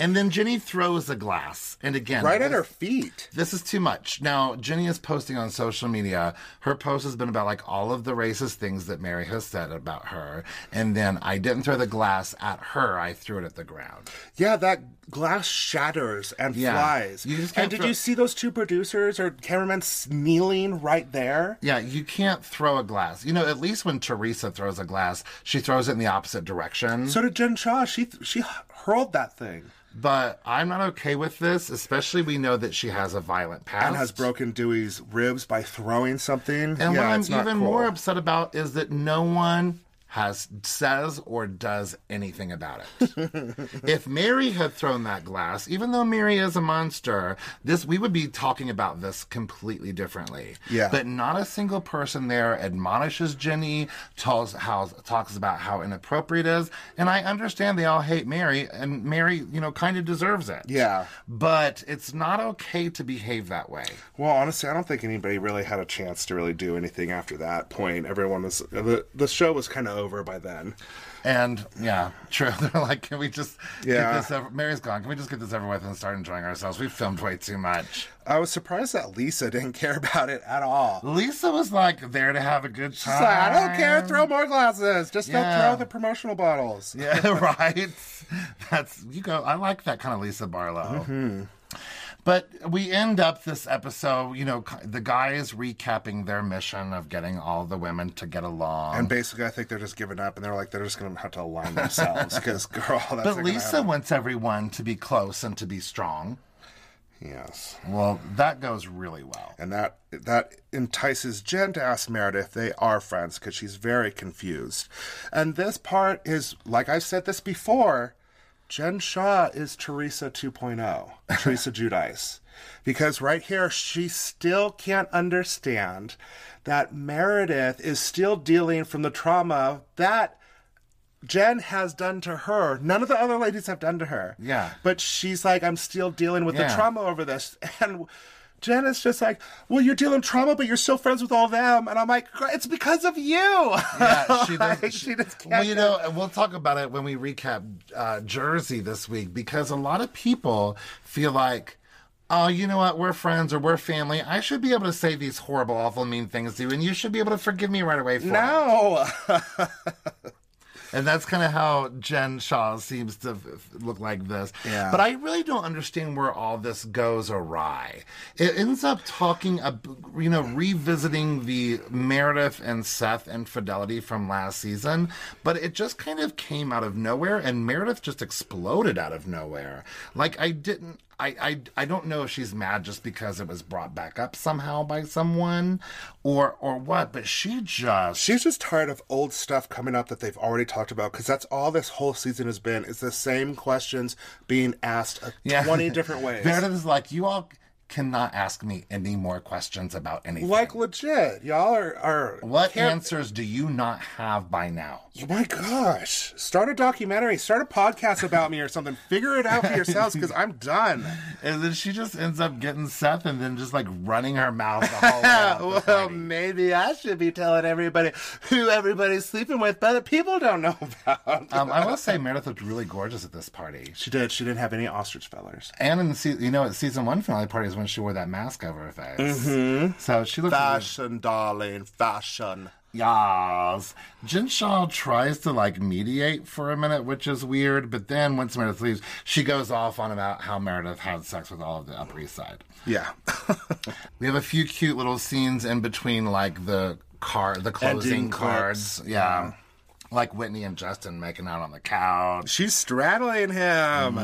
and then Jenny throws a glass, and again, right at this- her feet. This is too much. Now, Jenny is posting on social media. Her post has been about like all of the racist things that Mary has said about her. And then I didn't throw the glass at her, I threw it at the ground. Yeah, that glass shatters and Yeah. flies. You just can't and did throw- you see those two producers or cameramen s- kneeling right there? Yeah, you can't throw a glass. You know, at least when Teresa throws a glass, she throws it in the opposite direction. So did Jen Shaw. She th- she hurled that thing but I'm not okay with this, especially we know that she has a violent past. and has broken Dewey's ribs by throwing something. And yeah, what I'm it's not even cool. more upset about is that no one has says or does anything about *laughs* it. if Mary had thrown that glass, even though Mary is a monster, this we would be talking about this completely differently. Yeah. But not a single person there admonishes Jenny, tells how talks about how inappropriate it is, and I understand they all hate Mary and Mary, you know, kind of deserves it. Yeah. But it's not okay to behave that way. Well, honestly, I don't think anybody really had a chance to really do anything after that point. Everyone was the the show was kind of over by then. And yeah, true. *laughs* They're like, can we just Yeah. get this over? Mary's gone. Can we just get this over with and start enjoying ourselves? We filmed way too much. I was surprised that Lisa didn't *laughs* care about it at all. Lisa was like there to have a good She's time. like, I don't care. *laughs* Throw more glasses. Just Yeah. don't throw the promotional bottles. *laughs* Yeah, right. That's you go. I like that kind of Lisa Barlow. Mm-hmm. But we end up this episode, you know, c- the guys recapping their mission of getting all the women to get along. And basically, I think they're just giving up, and they're like, they're just gonna have to align themselves because, *laughs* girl, that's not but gonna Lisa happen. wants everyone to be close and to be strong. yes, Well, that goes really well. and that that entices Jen to ask Meredith if they are friends because she's very confused. And this part is, like I've said this before, Jen Shaw is Teresa 2.0, Teresa Judice, because right here she still can't understand that Meredith is still dealing from the trauma that. Jen has done to her. None of the other ladies have done to her. Yeah. But she's like, I'm still dealing with the Yeah. trauma over this. *laughs* And Jen is just like, Well, you're dealing trauma, but you're still friends with all them. And I'm like, "Girl, It's because of you. *laughs* yeah, she does. Like, she just can't Well, you know, and we'll talk about it when we recap uh, Jersey this week because a lot of people feel like, oh, you know what, we're friends or we're family. I should be able to say these horrible, awful, mean things to you, and you should be able to forgive me right away for it. No. *laughs* And that's kind of how Jen Shaw seems to f- f- look like this. Yeah. But I really don't understand where all this goes awry. It ends up talking, ab- you know, revisiting the Meredith and Seth and Fidelity from last season, but it just kind of came out of nowhere, and Meredith just exploded out of nowhere. Like I didn't. I, I, I don't know if she's mad just because it was brought back up somehow by someone or or what, but she just She's just tired of old stuff coming up that they've already talked about because that's all this whole season has been. It's the same questions being asked a *laughs* 20 different ways. Meredith is like, you all cannot ask me any more questions about anything. like legit, y'all are are what can't- answers do you not have by now? Oh my gosh! Start a documentary, start a podcast about me or something. Figure it out for yourselves because I'm done. And then she just ends up getting Seth and then just like running her mouth the *laughs* whole way. out the party. maybe I should be telling everybody who everybody's sleeping with, but the people don't know about. um, I will say Meredith looked really gorgeous at this party. She did. She didn't have any ostrich feathers. And in the se- you know at season one finale party is when she wore that mask over her face. Mm-hmm. So she looked really- Fashion, darling, fashion. Yas. Jinshaw tries to like mediate for a minute, which is weird, but then once Meredith leaves, she goes off on about how Meredith had sex with all of the Upper East Side. Yeah. *laughs* We have a few cute little scenes in between like the car the closing Ending clips. cards. Yeah. Like Whitney and Justin making out on the couch. *laughs* She's straddling him.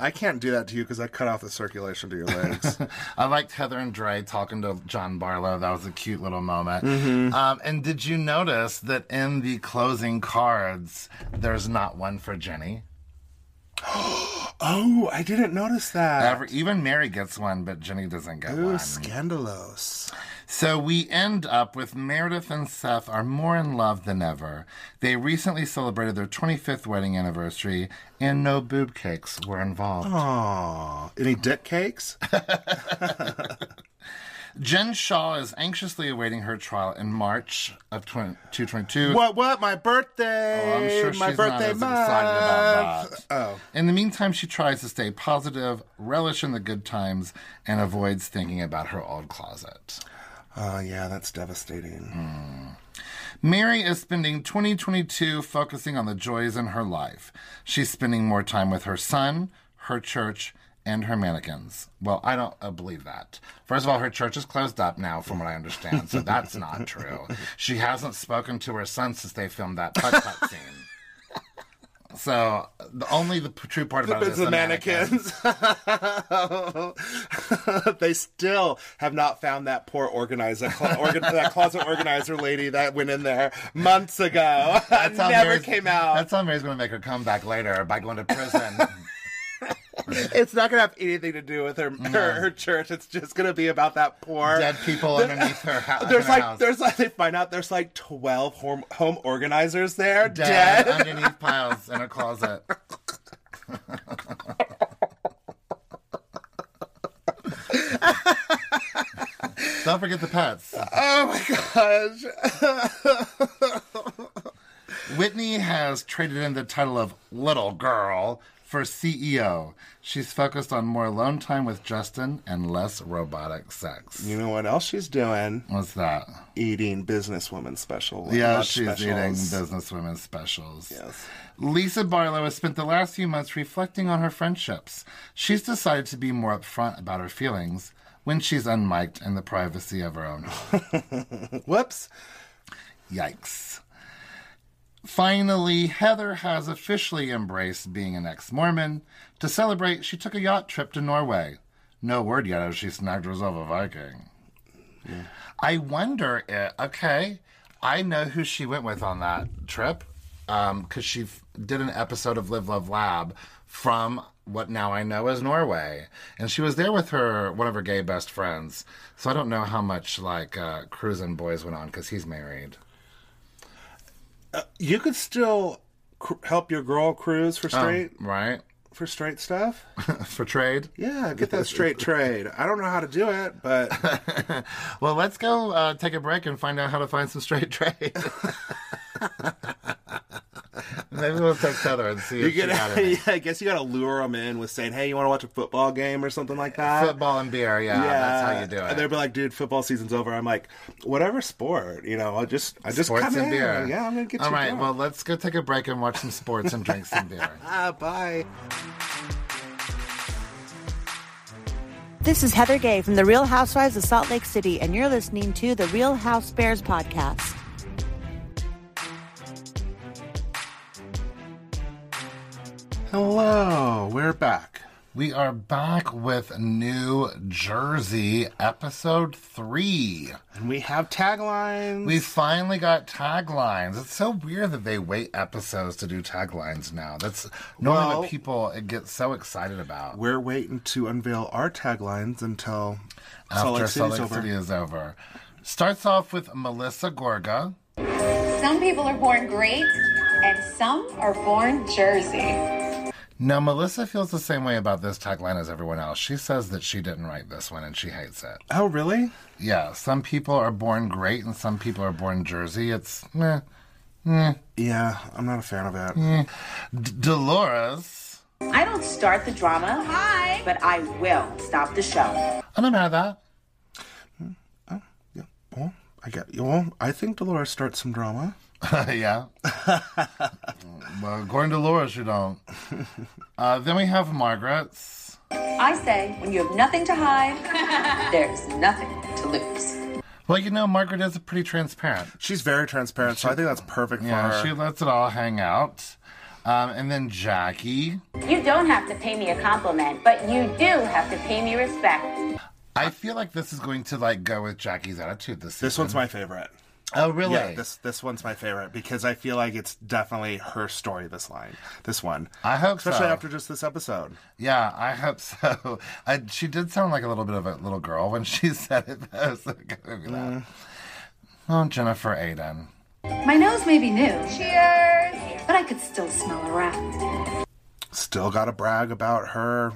I can't do that to you because I cut off the circulation to your legs. I liked Heather and Dre talking to John Barlow. That was a cute little moment. Um, and did you notice that in the closing cards, there's not one for Jenny? *laughs* Oh, I didn't notice that. Every, even Mary gets one, but Jenny doesn't get Ooh, one. scandalous. So we end up with Meredith and Seth are more in love than ever. They recently celebrated their 25th wedding anniversary, and no boob cakes were involved. Aw. Any dick cakes? Jen Shaw is anxiously awaiting her trial in March of 20- 2022. *laughs* what, what? My birthday. Oh, I'm sure My she's birthday not as month. excited about that. Oh. In the meantime, she tries to stay positive, relish in the good times, and avoids thinking about her old closet. Oh, yeah, that's devastating. Mary is spending 2022 focusing on the joys in her life. She's spending more time with her son, her church, and her mannequins. Well, I don't uh, believe that. First of all, her church is closed up now, from what I understand, so that's not true. She hasn't spoken to her son since they filmed that *laughs* putt putt scene. So the only the p- true part about it It's is the mannequins. *laughs* they still have not found that poor organizer, cl- organ- that closet organizer lady that went in there months ago. *laughs* *laughs* That's how never Mary's- came out. That's how Mary's going to make her comeback later by going *laughs* to prison. It's not going to have anything to do with her, her her church. It's just going to be about that poor Mm. Dead people underneath her, hou- *laughs* There's her like house. there's like they find out there's like twelve home home organizers there dead, dead. *laughs* underneath piles in a closet. Don't forget the pets. Oh my gosh. Whitney has traded in the title of Little Girl for CEO. She's focused on more alone time with Justin and less robotic sex. You know what else she's doing? What's that? Eating businesswoman special. Yeah, lunch she's eating specials. businesswomen specials. Yes. Lisa Barlow has spent the last few months reflecting on her friendships. She's decided to be more upfront about her feelings when she's unmiked in the privacy of her own home. Whoops. Yikes. Finally, Heather has officially embraced being an ex Mormon. To celebrate, she took a yacht trip to Norway. No word yet if she snagged herself a Viking. I wonder, if, okay, I know who she went with on that trip because she f- did an episode of Live, Love, Lab from what now I know as Norway. And she was there with her, one of her gay best friends. So I don't know how much like uh, Cruising Boys went on because he's married. You could still cr- help your girl cruise Oh. for straight Right? *laughs* for straight stuff. For trade? Yeah, get that straight trade. I don't know how to do it, *laughs* but Well, let's go uh, take a break and find out how to find some straight *laughs* trade. Maybe we'll text Heather and see if you she get. *laughs* got any. I guess you got to lure them in with saying, "Hey, you want to watch a football game or something like that." Football and beer, yeah, that's how you do it. And they'll be like, "Dude, football season's over." I'm like, "Whatever sport, you know, I just, I just sports come and in. beer. Yeah, I'm gonna get All you. right, drunk. well, let's go take a break and watch some sports and drink some beer. ah, bye." This is Heather Gay from The Real Housewives of Salt Lake City, and you're listening to The Real House Bears podcast. Hello, we're back. *laughs* We are back with New Jersey, episode three. And we have taglines. We finally got taglines. It's so weird that they wait episodes to do taglines now. That's normally Well- what people get so excited about. We're waiting to unveil our taglines until Salt after Lake Salt City's Lake over. City is over. Starts off with Melissa Gorga. Some people are born great, and some are born Jersey. Now, Melissa feels the same way about this tagline as everyone else. She says that she didn't write this one and she hates it. Oh, really? Yeah, some people are born great and some people are born Jersey. It's meh. Yeah, I'm not a fan of it. D- Dolores. I don't start the drama. Hi. But I will stop the show. I'm not mad at that. Yeah. Well, I get you. Well, I think Dolores starts some drama. *laughs* yeah. well, according to Dolores, *laughs* you don't. Uh, then we have Margaret's. I say, when you have nothing *laughs* to hide, there's nothing to lose. Well, you know, Margaret is pretty transparent. She's very transparent, so I think that's perfect for Yeah, her. she lets it all hang out. Um, and then Jackie. You don't have to pay me a compliment, but you do have to pay me respect. I feel like this is going to like go with Jackie's attitude this This season. one's my favorite. Oh, really? Yeah, this this one's my favorite because I feel like it's definitely her story. This line, this one, I hope so. especially after just this episode. Yeah, I hope so. *laughs* I, she did sound like a little bit of a little girl when she *laughs* said it. Though, so it could be Mm. that. Oh, Jennifer Aiden. My nose may be new. Cheers! But I could still smell a rat. Still got to brag about her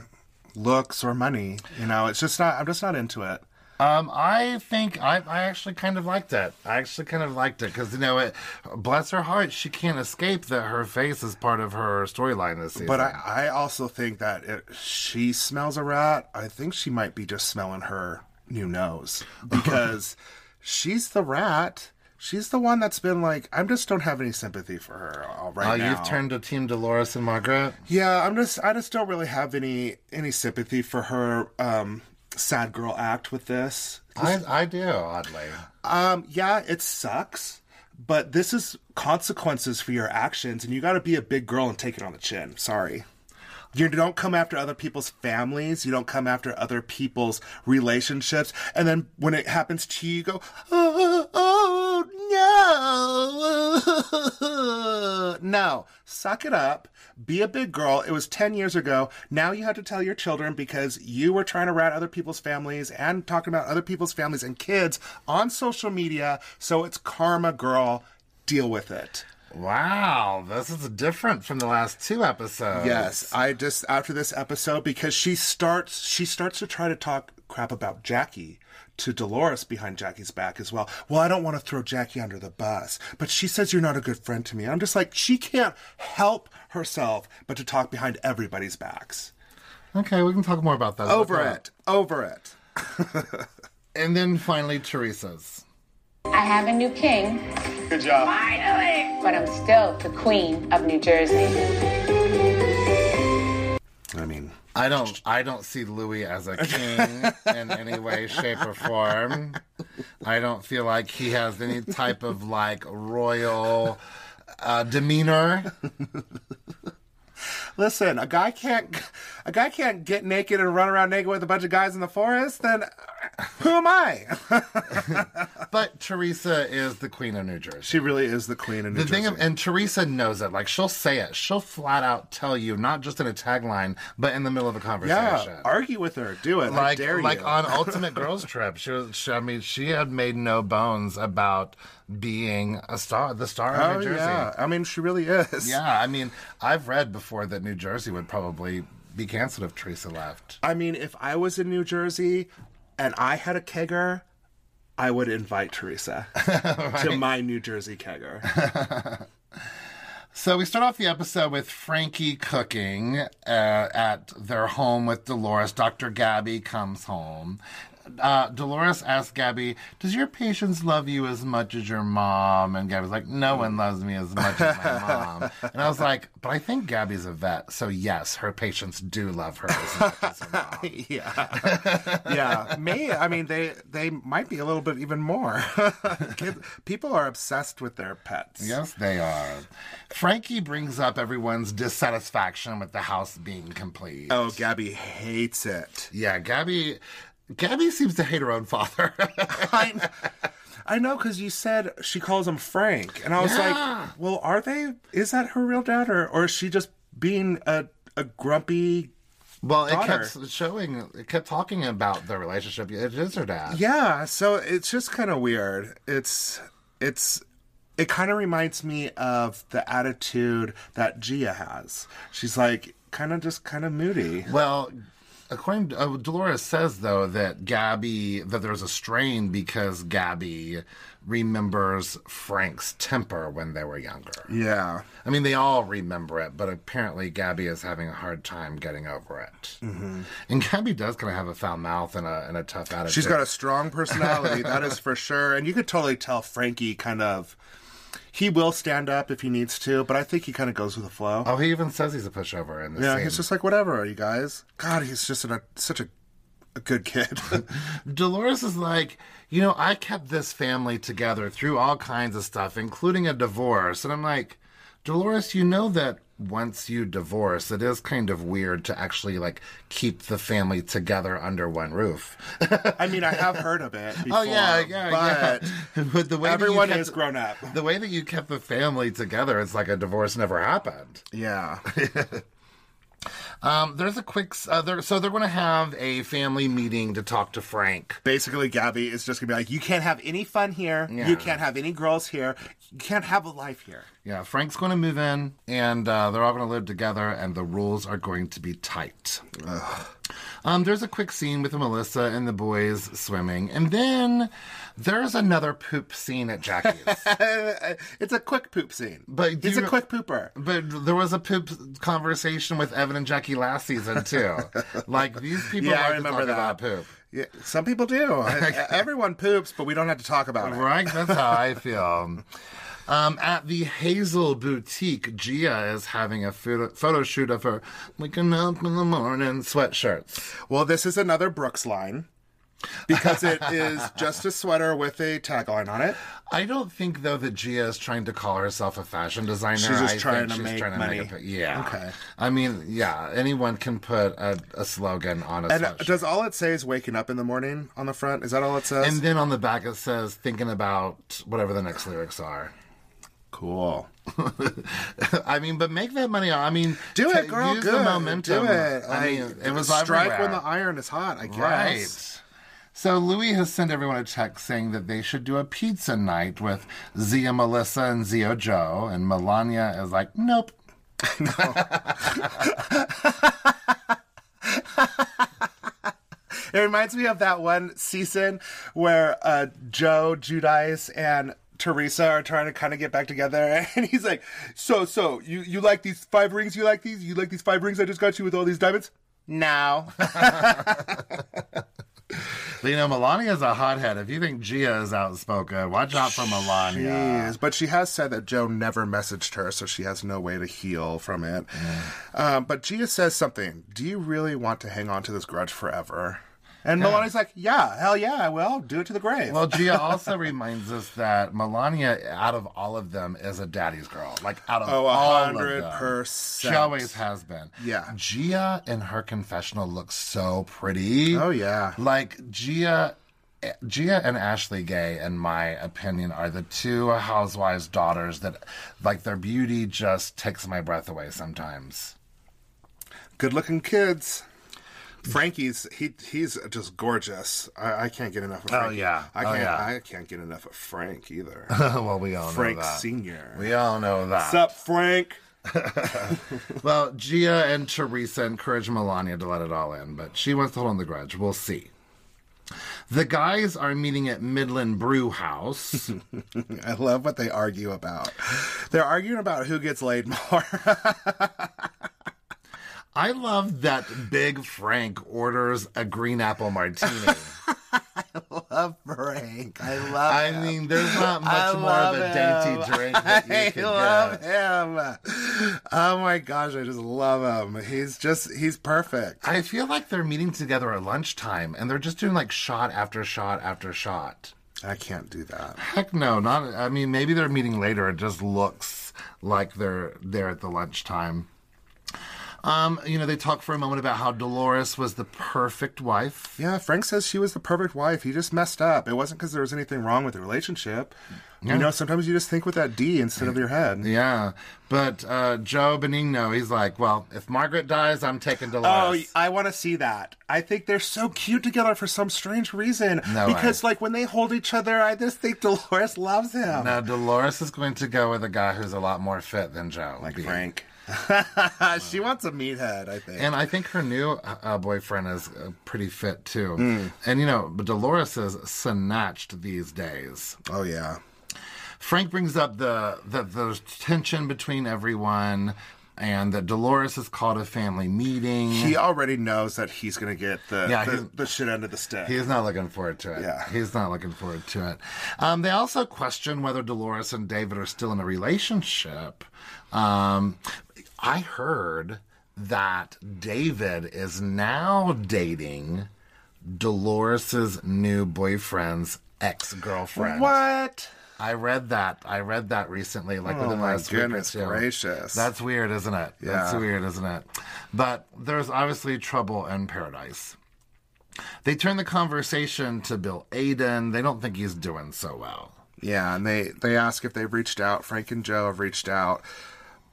looks or money. You know, it's just not. I'm just not into it. Um, I think I, I actually kind of liked it. I actually kind of liked it because you know, it, bless her heart, she can't escape that her face is part of her storyline this season. But I, I also think that if she smells a rat, I think she might be just smelling her new *laughs* nose because she's the rat. She's the one that's been like, I just don't have any sympathy for her uh, right Oh, now. you've turned to Team Dolores and Margaret. Yeah, I'm just I just don't really have any any sympathy for her um sad girl act with this. I, I do, oddly. Um yeah, it sucks, but this is consequences for your actions and you got to be a big girl and take it on the chin. Sorry. You don't come after other people's families, you don't come after other people's relationships, and then when it happens to you, you go, "Oh, oh no." *laughs* no, suck it up. Be a big girl. It was 10 years ago. Now you have to tell your children because you were trying to rat other people's families and talking about other people's families and kids on social media. So it's karma, girl. Deal with it. Wow, this is different from the last two episodes. Yes, I just after this episode because she starts she starts to try to talk crap about Jackie to Dolores behind Jackie's back as well. Well, I don't want to throw Jackie under the bus, but she says you're not a good friend to me. I'm just like she can't help herself but to talk behind everybody's backs. Okay, we can talk more about Oh, that. Over Okay. it. Over it. And then finally, Teresa's. I have a new king. Good job. Finally! But I'm still the queen of New Jersey. I mean, I don't. I don't see Louis as a king in any way, shape, or form. I don't feel like he has any type of like royal uh, demeanor. listen, a guy can't a guy can't get naked and run around naked with a bunch of guys in the forest, then who am I? But Teresa is the queen of New Jersey. she really is the queen of New The thing Jersey. of, and Teresa knows it. Like she'll say it. She'll flat out tell you, not just in a tagline, but in the middle of a Yeah, conversation. argue with her. Do it. like I dare like you. *laughs* on Ultimate Girls Trip, she was. She, I mean, she had made no bones about being a star, the star of Oh New Jersey. yeah, I mean she really is. Yeah, I mean, I've read before that New Jersey would probably be canceled if Teresa left. I mean, if I was in New Jersey and I had a kegger, I would invite Teresa to my New Jersey kegger. So we start off the episode with Frankie cooking uh, at their home with Dolores. Dr. Gabby comes home. Uh, Dolores asks Gabby, Does your patients love you as much as your mom? And Gabby's like, No one loves me as much as my mom. and I was like, But I think Gabby's a vet. So yes, her patients do love her as much as her mom. yeah, *laughs* yeah. May I mean they they might be a little bit even more. *laughs* Kids, people are obsessed with their pets. Yes, they are. Frankie brings up everyone's dissatisfaction with the house being complete. Oh, Gabby hates it. Yeah, Gabby. Gabby seems to hate her own father. *laughs* I, I know because you said she calls him Frank, and I was like, "Well, are they? Is that her real dad, or, or is she just being a a grumpy?" well, it Daughter. kept showing, it kept talking about their relationship. It is her dad. Yeah, so it's just kind of weird. It's it's it kind of reminds me of the attitude that Gia has. She's like kind of just kind of moody. Well, according to uh, Dolores says though that Gabby that there's a strain because Gabby remembers Frank's temper when they were younger. Yeah, I mean, they all remember it, but apparently Gabby is having a hard time getting over it. Mm-hmm. And Gabby does kind of have a foul mouth and a, and a tough attitude. she's got a strong personality, that is for sure, and you could totally tell Frankie kind of. He will stand up if he needs to, but I think he kind of goes with the flow. Oh, he even says he's a pushover in the Yeah, scene. he's just like whatever, you guys. God, he's just an, a, such a, a good kid. *laughs* Dolores is like, you know, I kept this family together through all kinds of stuff, including a divorce. And I'm like, Dolores, you know that once you divorce, it is kind of weird to actually like keep the family together under one roof. *laughs* I mean, I have heard of *laughs* it. Before, Oh yeah, yeah, but yeah. *laughs* But the way that you everyone kept has the- grown up. The way that you kept the family together, it's like a divorce never happened. Yeah. Um, there's a quick. s- Uh, there, so they're going to have a family meeting to talk to Frank. Basically, Gabby is just gonna be like, "You can't have any fun here. Yeah. You can't have any girls here. You can't have a life here." Yeah, Frank's going to move in, and uh, they're all going to live together, and the rules are going to be tight. Um, there's a quick scene with Melissa and the boys swimming, and then there's another poop scene at *laughs* Jackie's. It's a quick poop scene, But he's you- a quick pooper. But there was a poop conversation with Evan and Jackie last season too. like these people, Yeah, I like to remember talk that. about poop. Yeah, some people *laughs* do. Everyone poops, but we don't have to talk about it. Right? That's how I feel. Um, at the Hazel Boutique, Gia is having a photo, photo shoot of her waking up in the morning sweatshirts. Well, this is another Brooks line because it is *laughs* just a sweater with a tagline on it. I don't think though that Gia is trying to call herself a fashion designer. She's just I trying think to she's make trying to money. Make a, yeah. Okay. I mean, yeah. Anyone can put a, a slogan on a And uh, sweatshirt. does all it say is waking up in the morning on the front? Is that all it says? and then on the back it says thinking about whatever the next lyrics are. *laughs* cool. I mean, but make that money. I mean, Do ta- it, girl. Use good. the momentum. Do it. I mean, it was strike everywhere. when the iron is hot. I guess. Right. So Louis has sent everyone a text saying that they should do a pizza night with Zia Melissa and Zio Joe, and Melania is like, nope. *laughs* It reminds me of that one season where uh, Joe, Judice, and Teresa are trying to kind of get back together, *laughs* and he's like, "So, so you you like these five rings? You like these? You like these five rings I just got you with all these diamonds?" No. *laughs* You know, Melania's a hothead. If you think Gia is outspoken, watch out for Melania. Jeez, but she has said that Joe never messaged her, so she has no way to heal from it. Um, but Gia says something. Do you really want to hang on to this grudge forever? And Melania's like, yeah, hell yeah, I will. Do it to the grave. Well, Gia also reminds us that Melania, out of all of them, is a daddy's girl. Like, out of Oh, a all of them. hundred She percent. always has been. Yeah. Gia in her confessional looks so pretty. Oh, yeah. Like Gia Gia and Ashley Gay, in my opinion, are the two housewives' daughters that like their beauty just takes my breath away sometimes. *laughs* Good looking kids. Frankie's he he's just gorgeous. I, I can't get enough of Frank. yeah. I Oh, can't yeah. I can't get enough of Frank *laughs* either. well, we all Frank know that. Senior. We all know that. What's up, Frank? Well, Gia and Teresa encourage Melania to let it all in, but she wants to hold on the grudge. We'll see. The guys are meeting at Midland Brew *laughs* House. I love what they argue about. They're arguing about who gets laid more. *laughs* I love that Big Frank orders a green apple martini. love Frank. *laughs* I love. I mean, there's not much more love of a dainty him. *laughs* drink that you I can love get. him. Oh my gosh, I just love him. He's just he's perfect. I feel like they're meeting together at lunchtime and they're just doing like shot after shot after shot. I can't do that. Heck no, not I mean maybe they're meeting later. It just looks like they're there at the lunchtime. Um, you know, they talk for a moment about how Dolores was the perfect wife. Yeah, Frank says she was the perfect wife. He just messed up. It wasn't because there was anything wrong with the relationship. You know, sometimes you just think with that D instead of your head. Yeah, but uh, Joe Benigno, he's like, well, if Margaret dies, I'm taking Dolores. Oh, I want to see that. I think they're so cute together for some strange reason. No because, way. like, when they hold each other, I just think Dolores loves him. Now Dolores is going to go with a guy who's a lot more fit than Joe, like B. Frank. *laughs* she wants a meathead, I think. And I think her new uh, boyfriend is uh, pretty fit too. Hmm. And you know, Dolores is snatched these days. oh, yeah. Frank brings up the the, the tension between everyone, and that Dolores has called a family meeting. He already knows that he's going to get the, Yeah, the, he's- the shit under the stick. He's not looking forward to it. Yeah. He's not looking forward to it. Um, they also question whether Dolores and David are still in a relationship. Um, I heard that David is now dating Dolores's new boyfriend's ex girlfriend. What? I read that. I read that recently, like Oh within the my last week or goodness two. gracious. That's weird, isn't it? That's Yeah. weird, isn't it? But there's obviously trouble in paradise. They turn the conversation to Bill Aiden. They don't think he's doing *laughs* so well. Yeah, and they they ask if they've reached out. Frank and Joe have reached out,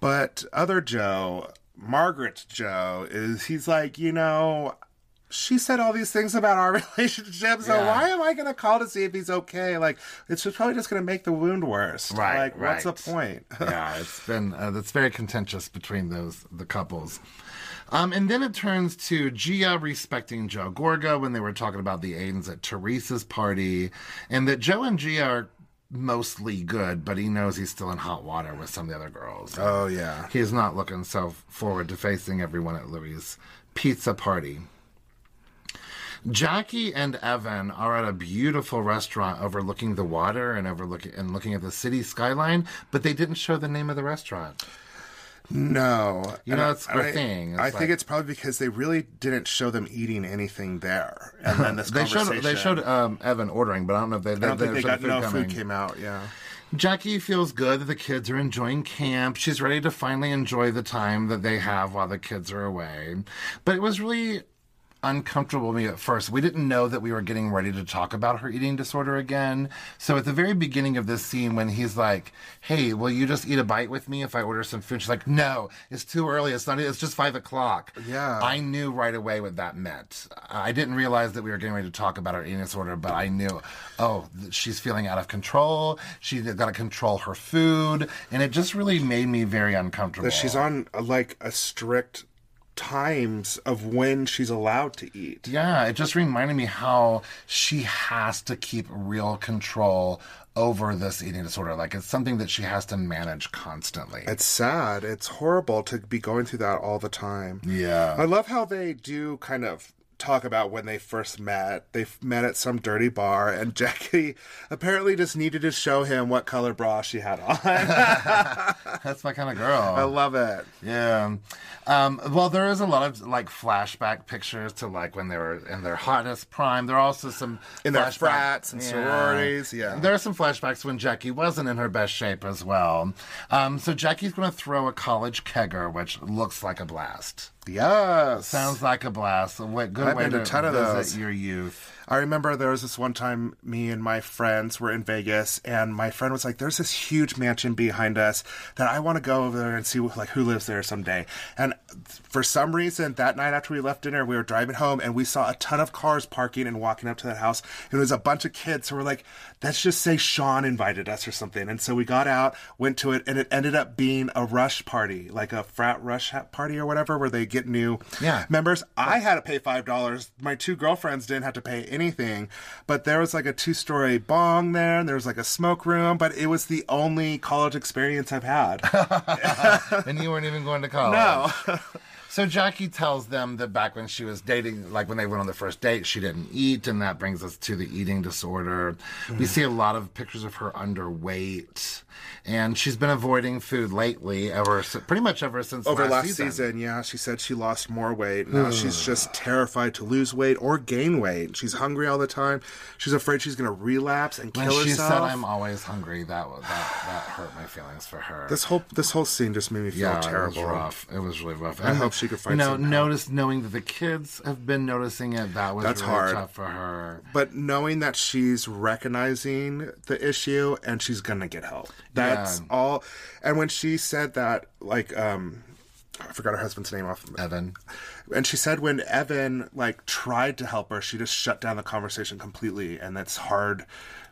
but other Joe, Margaret Joe, is he's like, you know, she said all these things about our *laughs* relationship, so why am I going to call to see if he's okay? Like, it's just probably just going to make the wound worse. Right, Like, what's the right. point? *laughs* yeah, it's been uh, that's very contentious between those the couples. Um, and then it turns to Gia respecting Joe Gorga when they were talking about the Aidens at Teresa's party, and that Joe and Gia are mostly good, but he knows he's still in hot water with some of the other girls. oh yeah. He's not looking so forward to facing everyone at Louis' pizza party. Jackie and Evan are at a beautiful restaurant overlooking the water and overlooking and looking at the city skyline, but they didn't show the name of the restaurant. No, You know, it's And I- her thing. It's I like- think it's probably because they really didn't show them eating anything there, and *laughs* then this They showed conversation. they showed um, Evan ordering, but I don't know if they, they, I don't think they showed got the no food coming. came out. Yeah. Jackie feels good that the kids are enjoying camp. She's ready to finally enjoy the time that they have while the kids are away. But it was really uncomfortable to me at first. We didn't know that we were getting ready to talk about her eating disorder again. So at the very beginning of this scene, when he's like, "Hey, will you just eat a bite with me if I order some food?" She's like, "No, it's too early. It's not. e-, It's just five o'clock." Yeah. I knew right away what that meant. I didn't realize that we were getting ready to talk about her eating disorder, but I knew, oh, th- she's feeling out of control. She's got to control her food. And it just really made me very uncomfortable. that she's on uh, like a strict times of when she's allowed to eat. Yeah, it just reminded me how she has to keep real control over this eating disorder. Like it's something that she has to manage constantly. It's sad. It's horrible to be going through that all the time. Yeah. *laughs* I love how they do kind of talk about when they first met. They f- met at some dirty bar, and *laughs* Jackie apparently just needed to show him what color bra she had on. *laughs* That's my kind of girl. *laughs* I love it. Yeah. Um, well, there is a lot of like flashback pictures to like when they were in their hottest prime. There are also some In their flashback- frats and sororities, yeah. There are some flashbacks when Jackie wasn't in her best shape as well. Um, so Jackie's going to throw a college kegger, which looks like a blast. Yes. Sounds like a blast. A wa- good I've way been to to a ton of visit those. *laughs* your youth. I remember there was this one time me and my friends were in Vegas, and my friend was like, "There's this huge mansion behind us that I want to go over there and see like who lives there someday." And for some reason, that night after we left dinner, we were driving home and we saw a ton of cars parking and walking up to that house. And it was a bunch of kids, so we're like, "Let's just say Sean invited us or something." And so we got out, went to it, and it ended up being a rush party, like a frat rush ha- party or whatever, where they get new Yeah. members. I had to pay five dollars. My two girlfriends didn't have to pay anything, but there was like a two-story bong there, and there was like a smoke room. But it was the only college experience I've *laughs* had. Um, and you weren't even going to college. No. so Jackie tells them that back when she was dating, like when they went on the first date, she didn't eat, and that brings us to the eating disorder. Mm-hmm. We see a lot of pictures of her underweight, and she's been avoiding food lately, ever si- pretty much ever since Over last, last season. Hmm. season. yeah, she said she lost more weight. Now she's just terrified to lose weight or gain weight. She's hungry all the time. She's afraid she's going to relapse and When kill she herself. said, "I'm always hungry," that was, that that hurt my feelings for her. this whole this whole scene just made me feel yeah, terrible. It was rough. It was really rough. I hope she could find You know, some help. notice knowing that the kids have been noticing it. That was That's really hard. tough for her. But knowing that she's recognizing the issue and she's gonna get help. That's Yeah. all. And when she said that, like, um, I forgot her husband's name off. Evan. And she said when Evan like tried to help her, she just shut down the conversation completely, and that's hard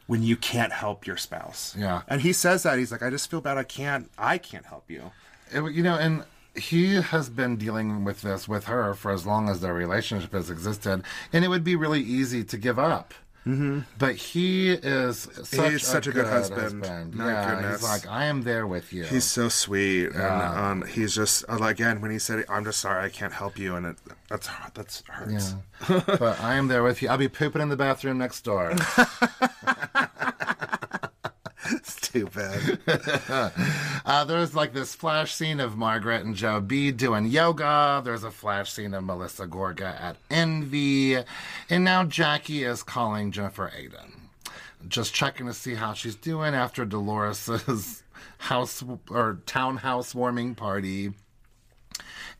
when you can't help your spouse. Yeah. And he says that he's like, I just feel bad. I can't. I can't help you. It, you know, and he has been dealing with this with her for as long as their relationship has existed, and it would be really easy to give up. Mm-hmm. But he is such, He's such a good husband. My yeah, goodness. he's like, I am there with you. He's so sweet, and um, he's just again when he said, "I'm just sorry, I can't help you," and it that's that's hurts. *laughs* but I am there with you. I'll be pooping in the bathroom next door. *laughs* Stupid. Uh, there's like this flash scene of Margaret and Joe B doing yoga. There's a flash scene of Melissa Gorga at Envy. And now Jackie is calling Jennifer Aiden. just checking to see how she's doing after Dolores's *laughs* house or townhouse warming party.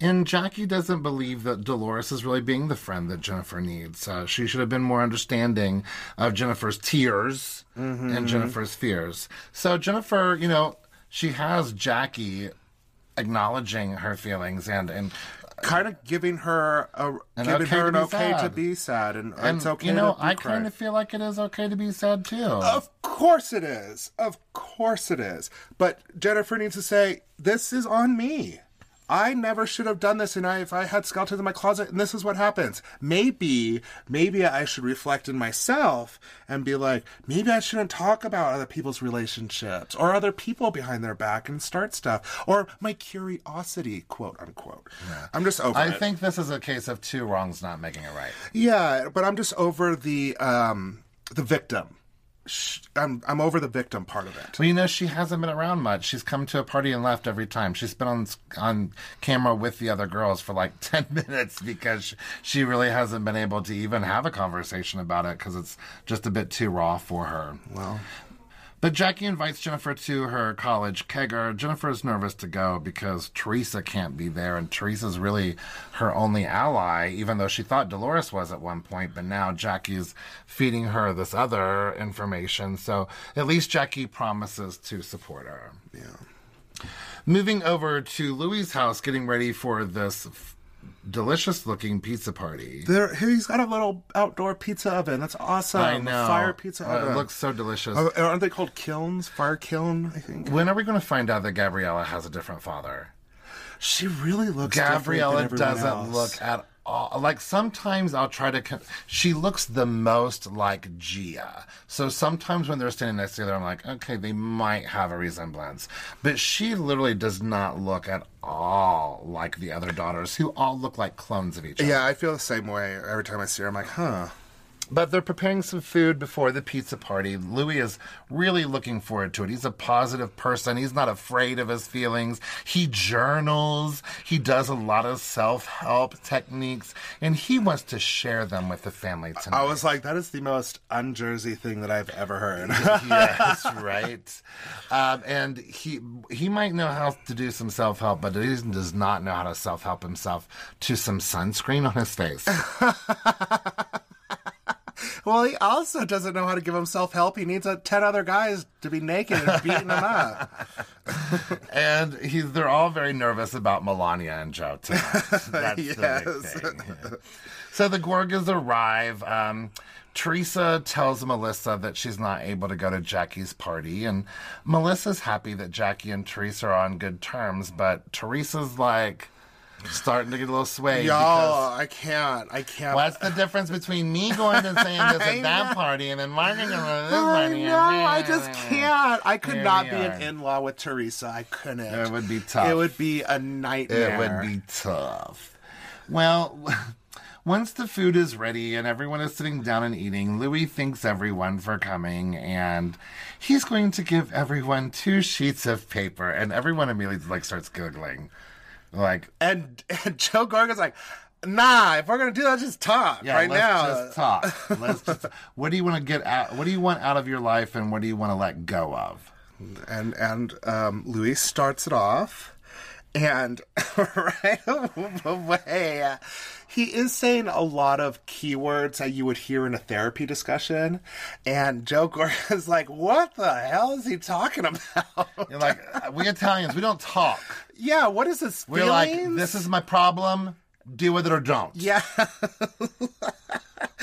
And Jackie doesn't believe that Dolores is really being the friend that Jennifer needs. Uh, she should have been more understanding of Jennifer's tears Mm-hmm. and Jennifer's fears. So, Jennifer, you know, she has Jackie acknowledging her feelings and, and kind of giving her a An giving okay her to an be okay to sad. be sad, and, and it's okay. you know, to be I crying. kind of feel like it is okay to be sad too. Of course it is. Of course it is. But Jennifer needs to say, "This is on me. I never should have done this. And I, if I had skeletons in my closet, and this is what happens. Maybe, maybe I should reflect in myself and be like, maybe I shouldn't talk about other people's relationships or other people behind their back and start stuff or my curiosity, quote unquote. I'm just over I it. think this is a case of two wrongs not making it right. Yeah, but I'm just over the um the victim. Sh- I'm I'm over the victim part of it. Well, you know, she hasn't been around much. She's come to a party and left every time. She's been on on camera with the other girls for like *laughs* ten minutes because she really hasn't been able to even have a conversation about it because it's just a bit too raw for her. Well. But Jackie invites Jennifer to her college kegger. Jennifer is nervous to go because Teresa can't be there, and Teresa's really her only ally, even though she thought Dolores was at one point, but now Jackie's feeding her this other information. So at least Jackie promises to support her. Moving over to Louis's house, getting ready for this delicious looking pizza party. There, he's got a little outdoor pizza oven. That's awesome. I A know. uh, fire pizza uh, Uh, oven. it looks so delicious. Are- Aren't they called kilns? Fire kiln, I think. when are we going to find out that Gabriella has a different father? She really looks. Gabriella different than everyone doesn't else. look at all. Like sometimes I'll try to. Con- she looks the most like Gia. So sometimes when they're standing next to each other, I'm like, okay, they might have a resemblance, but she literally does not look at all like the other daughters, who all look like clones of each other. Yeah, I feel the same way every time I see her. I'm like, huh. But they're preparing some food before the pizza party. Louis is really looking forward to it. He's a positive person. He's not afraid of his feelings. He journals. He does a lot of self help techniques, and he wants to share them with the family tonight. I was like, that is the most un-Jersey thing that I've ever heard. *laughs* *laughs* *laughs* yes, right. Um, and he he might know how to do some self help, but he does not know how to self help himself to some sunscreen on his face. well, he also doesn't know how to give himself help. He needs uh, ten other guys to be naked and beating him up. *laughs* and he's they're all very nervous about Melania *laughs* and Joe tonight. That's the Yes. big thing. So the Gorgas arrive. Um, Teresa tells Melissa that she's not able to go to Jackie's party, and Melissa's happy that Jackie and Teresa are on good terms, but Teresa's like starting to get a little swayed. Y'all, I can't. I can't. because What's the difference between me going and saying *laughs* this at that party and then Mark going to this I party? and- know. I *laughs* just can't. I could Here not we be an are. in-law with Teresa. I couldn't. It would be tough. It would be a It nightmare. would be tough. Well, *laughs* once the food is ready and everyone is sitting down and eating, Louis thanks everyone for coming and he's going to give everyone two sheets of paper and everyone immediately like starts giggling. Like And, and Joe Gorga's like, nah. If we're gonna do that, just talk yeah, uh, right let's now. just *laughs* talk. Let's just, what do you want to get out? What do you want out of your life, and what do you want to let go of? and and um, Louis starts it off, and *laughs* right away, he is saying a lot of keywords that you would hear in a therapy discussion, and Joe Gorga is *laughs* like, "What the hell is he talking about? *laughs* You're like "Uh, we Italians, we don't talk. yeah, what is this? We're like, feelings?" this is my problem. Deal with it or don't. Yeah, *laughs*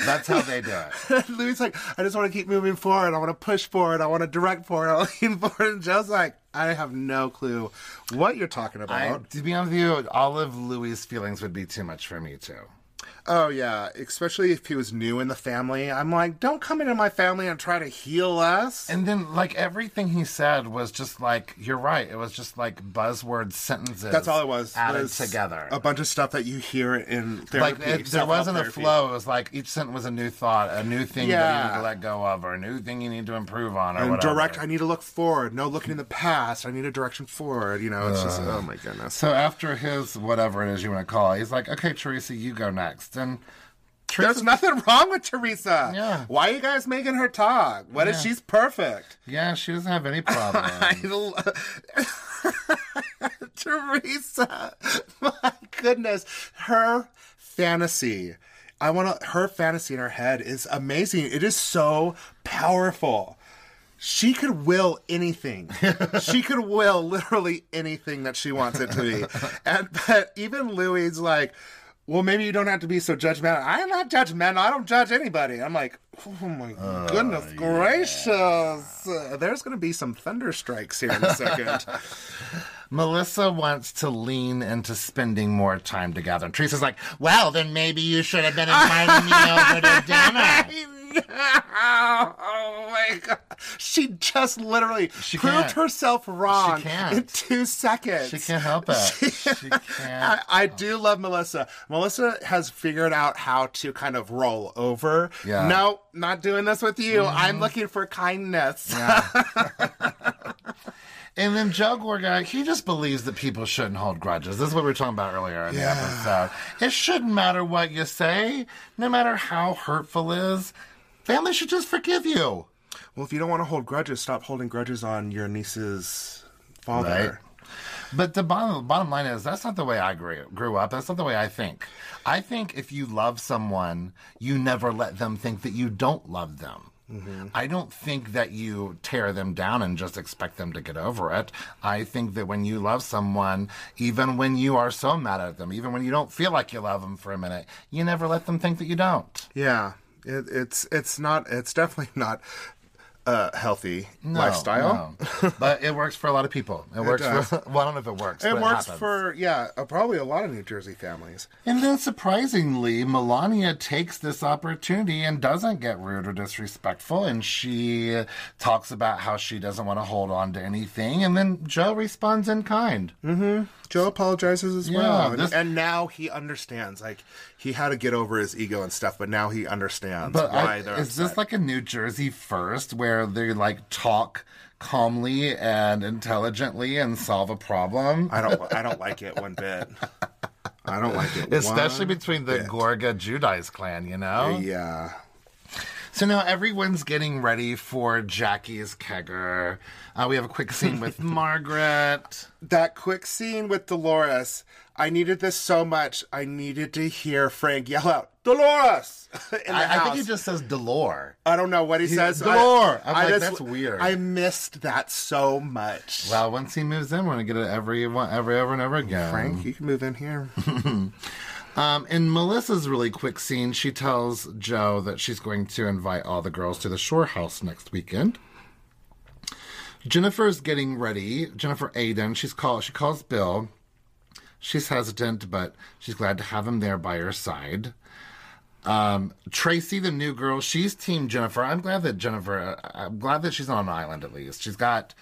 That's how they do it. Louis like, I just want to keep moving forward. I want to push forward. I want to direct forward. *laughs* I want to lean forward. And Joe's like, I have no clue what you're talking I, about. to be honest with you, all of Louis' feelings would be too much for me too. Oh yeah, especially if he was new in the family. I'm like, don't come into my family and try to heal us. And then, like everything he said was just like you're right. It was just like buzzword sentences. that's all it was. added was together. A bunch of stuff that you hear in like therapy. it, there self-help wasn't a therapy. flow. It was like each sentence was a new thought, a new thing that you need Yeah. to let go of, or a new thing you need to improve on, or And whatever. direct. I need to look forward. No looking in the past. I need a direction forward. You know, it's just. Oh my goodness. So after his whatever it is you want to call it, he's like, "Okay, Teresa, you go next." And There's nothing wrong with Teresa. Yeah. Why are you guys making her talk? What if she's perfect? Yeah, she doesn't have any *laughs* problem. I lo- Teresa, *laughs* my goodness, her fantasy. I want to. Her fantasy in her head is amazing. It is so powerful. She could will *laughs* anything. she could will literally anything that she wants it to *laughs* be. And but even Louis like, well, maybe you don't have to be so judgmental. I'm not judgmental. I don't judge anybody. I'm like, oh my goodness gracious. Uh, There's going to be some thunder strikes here in a *laughs* second. Melissa wants to lean into spending more time together. And Teresa's like, well, then maybe you should have been inviting me over *laughs* to dinner. *laughs* oh my god! She just literally She proved can't. herself wrong can't. in two seconds. She can't help *laughs* it. She can't. I, I do love Melissa. Melissa has figured out how to kind of roll over. Yeah. No, not doing this with you. I'm looking for kindness. *laughs* And then Jugwar guy, he just believes that people shouldn't hold grudges. This is what we were talking about earlier in the episode. It shouldn't matter what you say, no matter how hurtful it is. Family should just forgive you. Well, if you don't want to hold grudges, stop holding grudges on your niece's father. But the bottom, bottom line is that's not the way I grew, grew up. That's not the way I think. I think if you love someone, you never let them think that you don't love them. Mm-hmm. I don't think that you tear them down and just expect them to get over it. I think that when you love someone, even when you are so mad at them, even when you don't feel like you love them for a minute, you never let them think that you don't. Yeah, it, it's it's not. It's definitely *laughs* not a healthy lifestyle. no. but it works for a lot of people. It, works does. for, *laughs* well, I don't know if it works. It but works happens. for yeah, uh, probably a lot of New Jersey families. And then surprisingly, Melania takes this opportunity and doesn't get rude or disrespectful. And she talks about how she doesn't want to hold on to anything. And then Joe responds in kind. Joe apologizes as Yeah, well, and, this- and now he understands. Like he had to get over his ego and stuff, but now he understands But why I, they're. is this like a New Jersey first where they like talk calmly and intelligently and solve a problem? I don't. I don't like it one bit. I don't like it, Especially one between the bit. Gorga Judice clan, you know? Yeah. So now everyone's getting ready for Jackie's kegger. Uh, we have a quick scene *laughs* with Margaret. that quick scene with Dolores, I needed this so much. I needed to hear Frank yell out, Dolores! *laughs* in the I, I think he house. just says Delore. I don't know what he, says. I- Dolores! I'm like, just- that's weird. I missed that so much. Well, once he moves in, we're gonna get it every one- every over and over again. Frank, you can move in here. Um, in Melissa's really quick scene, she tells Joe that she's going to invite all the girls to the Shore House next weekend. Jennifer's getting ready. Jennifer Aiden. She's call. She calls Bill. She's hesitant, but she's glad to have him there by her side. Um, Tracy, the new girl, she's Team Jennifer. I'm glad that Jennifer. uh, I'm glad that she's on an island at least. She's got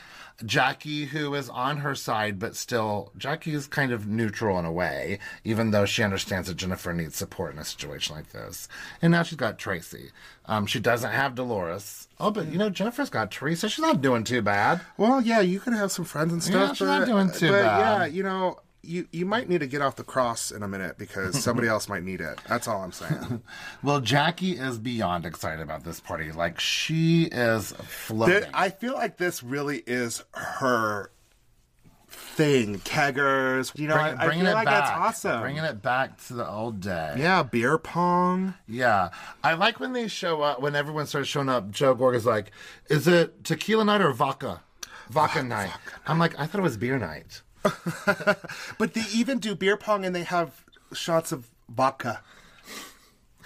Jackie, who is on her side, but still Jackie is kind of neutral in a way, even though she understands that Jennifer needs support in a situation like this. And now she's got Tracy. Um, she doesn't have Dolores. Oh, but you know Jennifer's got Teresa. She's not doing too bad. well, yeah, you can have some friends and Yeah, stuff. she's not but- doing too but bad. yeah, you know. You, you might need to get off the cross in a minute *laughs* because somebody else might need it. That's all I'm saying. Well, Jackie is beyond excited about this party. Like she is floating. Th- I feel like this really is her thing. Keggers, you know, Bring- I, I feel like that's awesome. Bringing it back to the old day. Yeah, beer *laughs* pong. Yeah. I like when they show up, when everyone starts showing up, Joe Gorg is like, is it tequila night or vodka? Vodka night. I'm like, I thought it was beer night. But they even do beer pong and they have shots of vodka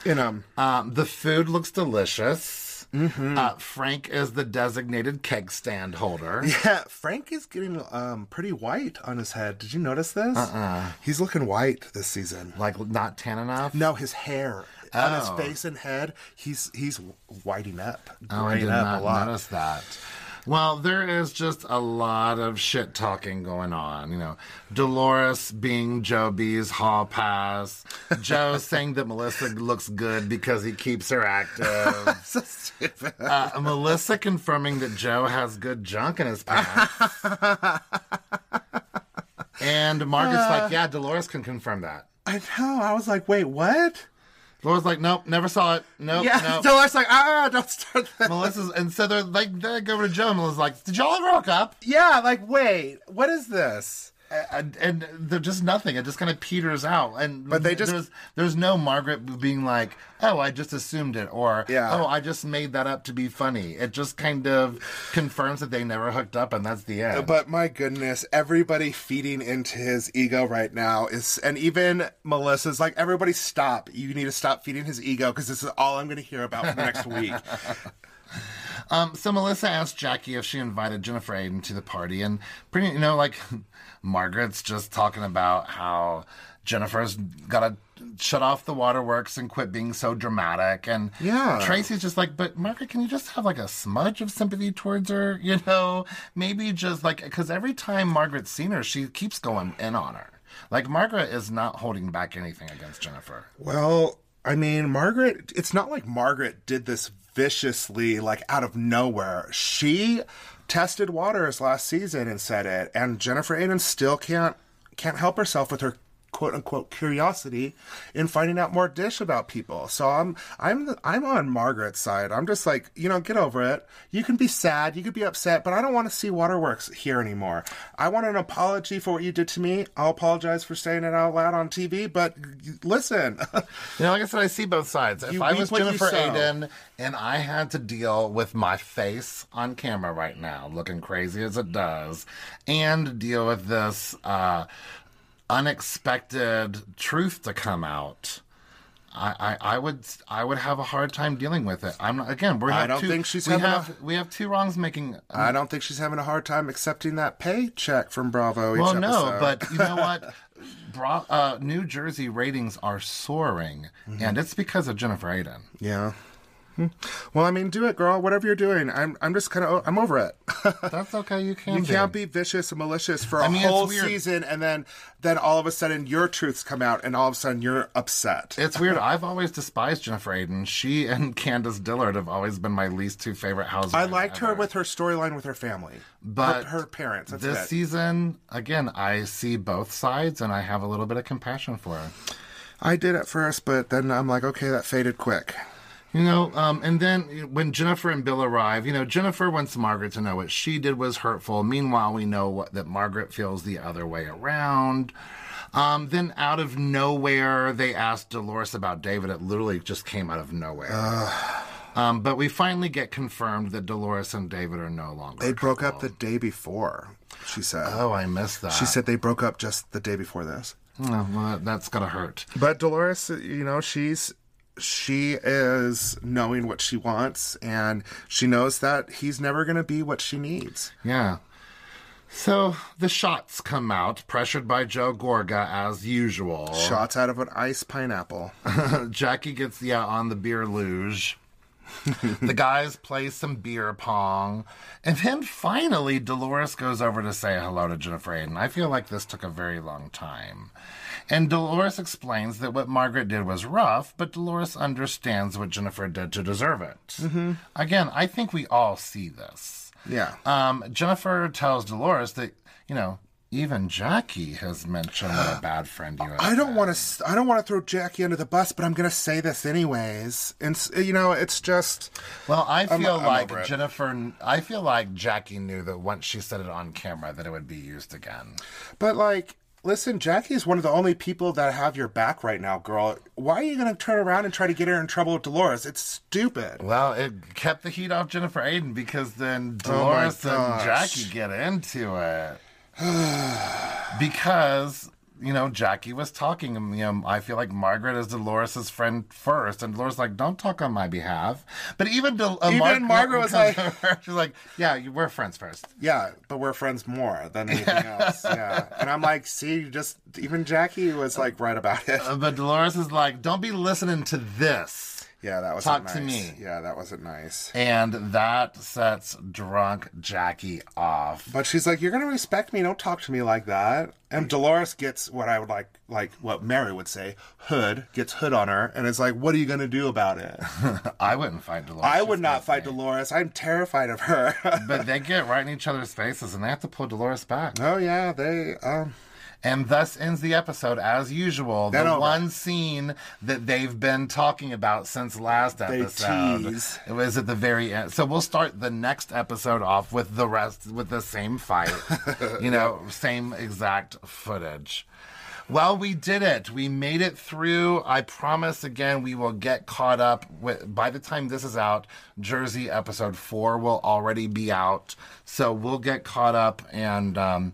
in them. Um, the food looks delicious. Uh, Frank is the designated keg stand holder. yeah, Frank is getting um, pretty white on his head. Did you notice this? Uh-uh. He's looking white this season. Like, not tan enough. No, his hair on his face and head. He's he's whiting up. Oh, I graying did up not notice that. Well, there is just a lot of shit talking going on. You know, Dolores being Joe B's hall pass, Joe saying that Melissa looks good because he keeps her active, *laughs* So stupid. uh, Melissa confirming that Joe has good junk in his pants. and Margaret's like, yeah, Dolores can confirm that. I know. I was like, wait, what? Laura's like, nope, never saw it. *laughs* Nope, Yeah. nope. So I was like, ah, don't start that. Melissa's, and so they're like, they go over to Joe and Melissa's like, did y'all ever hook up? Yeah, like, wait, what is this? and, and they're just nothing. It just kind of peters out. And But they just- there's, there's no Margaret being like, "Oh, I just assumed it," or Yeah. "Oh, I just made that up to be funny." It just kind of confirms that they never hooked up, and that's the end. But my goodness, everybody feeding into his ego right now is, and even Melissa's like, everybody stop. You need to stop feeding his ego because this is all I'm going to hear about for the next week. Um, so Melissa asked Jackie if she invited Jennifer Aiden to the party, and pretty, you know, like *laughs* Margaret's just talking about how Jennifer's got to shut off the waterworks and quit being so dramatic, and Yeah. Tracy's just like, but Margaret, can you just have like a smudge of sympathy towards her? *laughs* You know, maybe just like because every time Margaret's seen her, she keeps going in on her. Like Margaret is not holding back anything against Jennifer. Well, I mean, Margaret, it's not like Margaret did this viciously, like out of nowhere. She tested waters last season and said it, and Jennifer Aiden still can't can't help herself with her quote unquote curiosity in finding out more dish about people. So I'm I'm I'm on Margaret's side. I'm just like, you know, get over it. You can be sad, you could be upset, but I don't want to see waterworks here anymore. I want an apology for what you did to me. I'll apologize for saying it out loud on TV, but you- listen. *laughs* You know, like I said, I see both sides. If You I reap was what you Jennifer sow. Aiden and I had to deal with my face on camera right now, looking crazy as it does, and deal with this uh, unexpected truth to come out. I, I, I would I would have a hard time dealing with it. I'm not, again. We're I have don't two, think she's we having a- have we have two wrongs making I don't think she's having a hard time accepting that paycheck from Bravo. Each Well, no, episode. but you *laughs* know what? Bra- uh, New Jersey ratings are soaring, Mm-hmm. and it's because of *laughs* Jennifer Aiden. yeah. Hmm. Well, I mean, do it, girl. Whatever you're doing, I'm. I'm just kind of. I'm over it. *laughs* That's okay. You can you be. can't be vicious and malicious for a I mean, it's whole weird. season, and then, then all of a sudden your truths come out, and all of a sudden you're upset. It's weird. I've always despised Jennifer Aiden. She and *laughs* Candace Dillard have always been my least two favorite housewives. I liked her ever. with her storyline with her family, but her, her parents. That's this it. season, again, I see both sides, and I have a little bit of compassion for her. I did at first, but then I'm like, okay, that faded quick. You know, um, and then when Jennifer and Bill arrive, you know, Jennifer wants Margaret to know what she did was hurtful. Meanwhile, we know what, that Margaret feels the other way around. Um, then out of nowhere, they asked Dolores about David. It literally just came out of nowhere. Um, but we finally get confirmed that Dolores and David are no longer. They a broke up the couple. day before. She said. Oh, I missed that. She said they broke up just the day before this. Oh, well, that's gonna hurt. But Dolores, you know, she's she is knowing what she wants and she knows that he's never going to be what she needs. Yeah. So the shots come out, pressured by Joe Gorga as usual. Shots out of an ice pineapple. *laughs* Jackie gets yeah on the beer luge. the guys play some beer pong, and then finally Dolores goes over to say hello to Jennifer Aiden. I feel like this took a very long time. And Dolores explains that what Margaret did was rough, but Dolores understands what Jennifer did to deserve it. Mm-hmm. Again, I think we all see this. Yeah. Um, Jennifer tells Dolores that you know even Jackie has mentioned what a bad friend you are. I don't want to I don't want to throw Jackie under the bus, but I'm going to say this anyways. And s- you know, it's just Well, I I'm- feel I'm over like it. Jennifer. I feel like Jackie knew that once she said it on camera, that it would be used again. But like, listen, Jackie is one of the only people that have your back right now, girl. Why are you going to turn around and try to get her in trouble with Dolores? It's stupid. Well, it kept the heat off Jennifer Aiden because then Dolores and Oh gosh. Jackie get into it *sighs* because. You know, Jackie was talking. and, You know, I feel like Margaret is Dolores's friend first, and Dolores like, "Don't talk on my behalf." But even Del- uh, Even Mar- Margaret was comes like- over, *laughs* she's like, "Yeah, you- we're friends first. Yeah, but we're friends more *laughs* than anything else. Yeah. And I'm like, see, you just even Jackie was like right about it. Uh, But Dolores is like, "Don't be listening to this." Yeah, that wasn't Talk nice. to me. Yeah, that wasn't nice. And that sets drunk Jackie off. But she's like, You're gonna respect me, don't talk to me like that. And Dolores gets what I would like like what Mary would say, hood, gets hood on her and is like, What are you gonna do about *laughs* it? I wouldn't fight Dolores. I She's would not crazy. fight Dolores. I'm terrified of her. *laughs* But they get right in each other's faces and they have to pull Dolores back. Oh yeah, they um And thus ends the episode, as usual, the Then over. one scene that they've been talking about since last episode. tease. It was at the very end. So we'll start the next episode off with the rest, with the same fight, *laughs* you know, same exact footage. Well, we did it. We made it through. I promise again, we will get caught up. With, by the time this is out, Jersey episode four will already be out. So we'll get caught up. And um,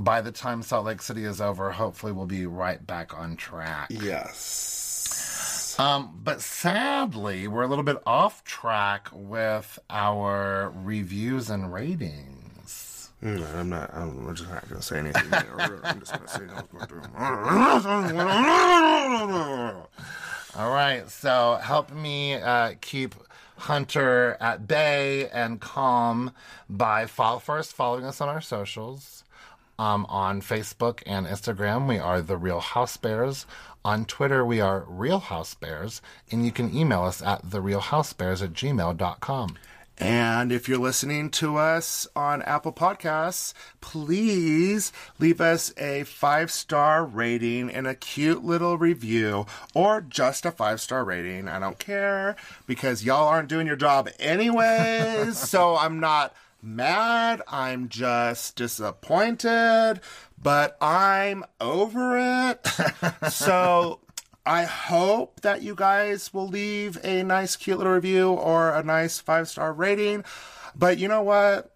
by the time Salt Lake City is over, hopefully we'll be right back on track. Yes. Um, but sadly, we're a little bit off track with our reviews and ratings. Mm, I'm not. I'm we're just not gonna say *laughs* anything. I'm just gonna say *laughs* no. All right, so help me uh, keep Hunter at bay and calm by follow, first following us on our socials. Um, on Facebook and Instagram, we are The Real House Bears. On Twitter, we are Real House Bears. And you can email us at TheRealHouseBears at gmail.com. And if you're listening to us on Apple Podcasts, please leave us a five star rating and a cute little review, or just a five star rating. I don't care because y'all aren't doing your job anyways. so I'm not mad. I'm just disappointed, but I'm over it. so I hope that you guys will leave a nice, cute little review or a nice five star rating. But you know what?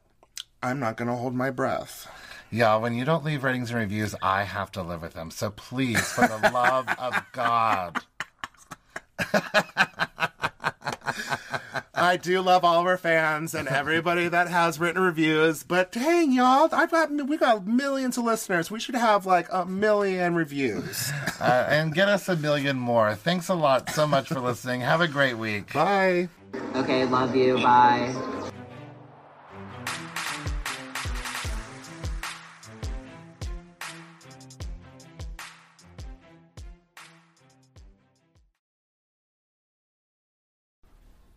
I'm not going to hold my breath. Yeah, when you don't leave ratings and reviews, I have to live with them. So please, for the love of God. I do love all of our fans *laughs* and everybody that has written reviews, but dang, y'all, I've got we got millions of listeners. We should have like a million *laughs* reviews. uh, and get us a million more. Thanks a lot so much for listening. Have a great week. Bye. Okay, love you. Bye.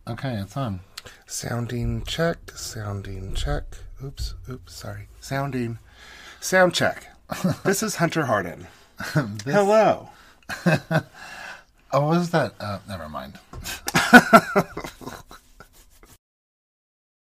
Okay, it's on. Sounding check, sounding check. Oops, oops, sorry. Sounding. Sound *laughs* check. this is Hunter *laughs* Harden. Hello. Oh, what was that? Uh, never mind.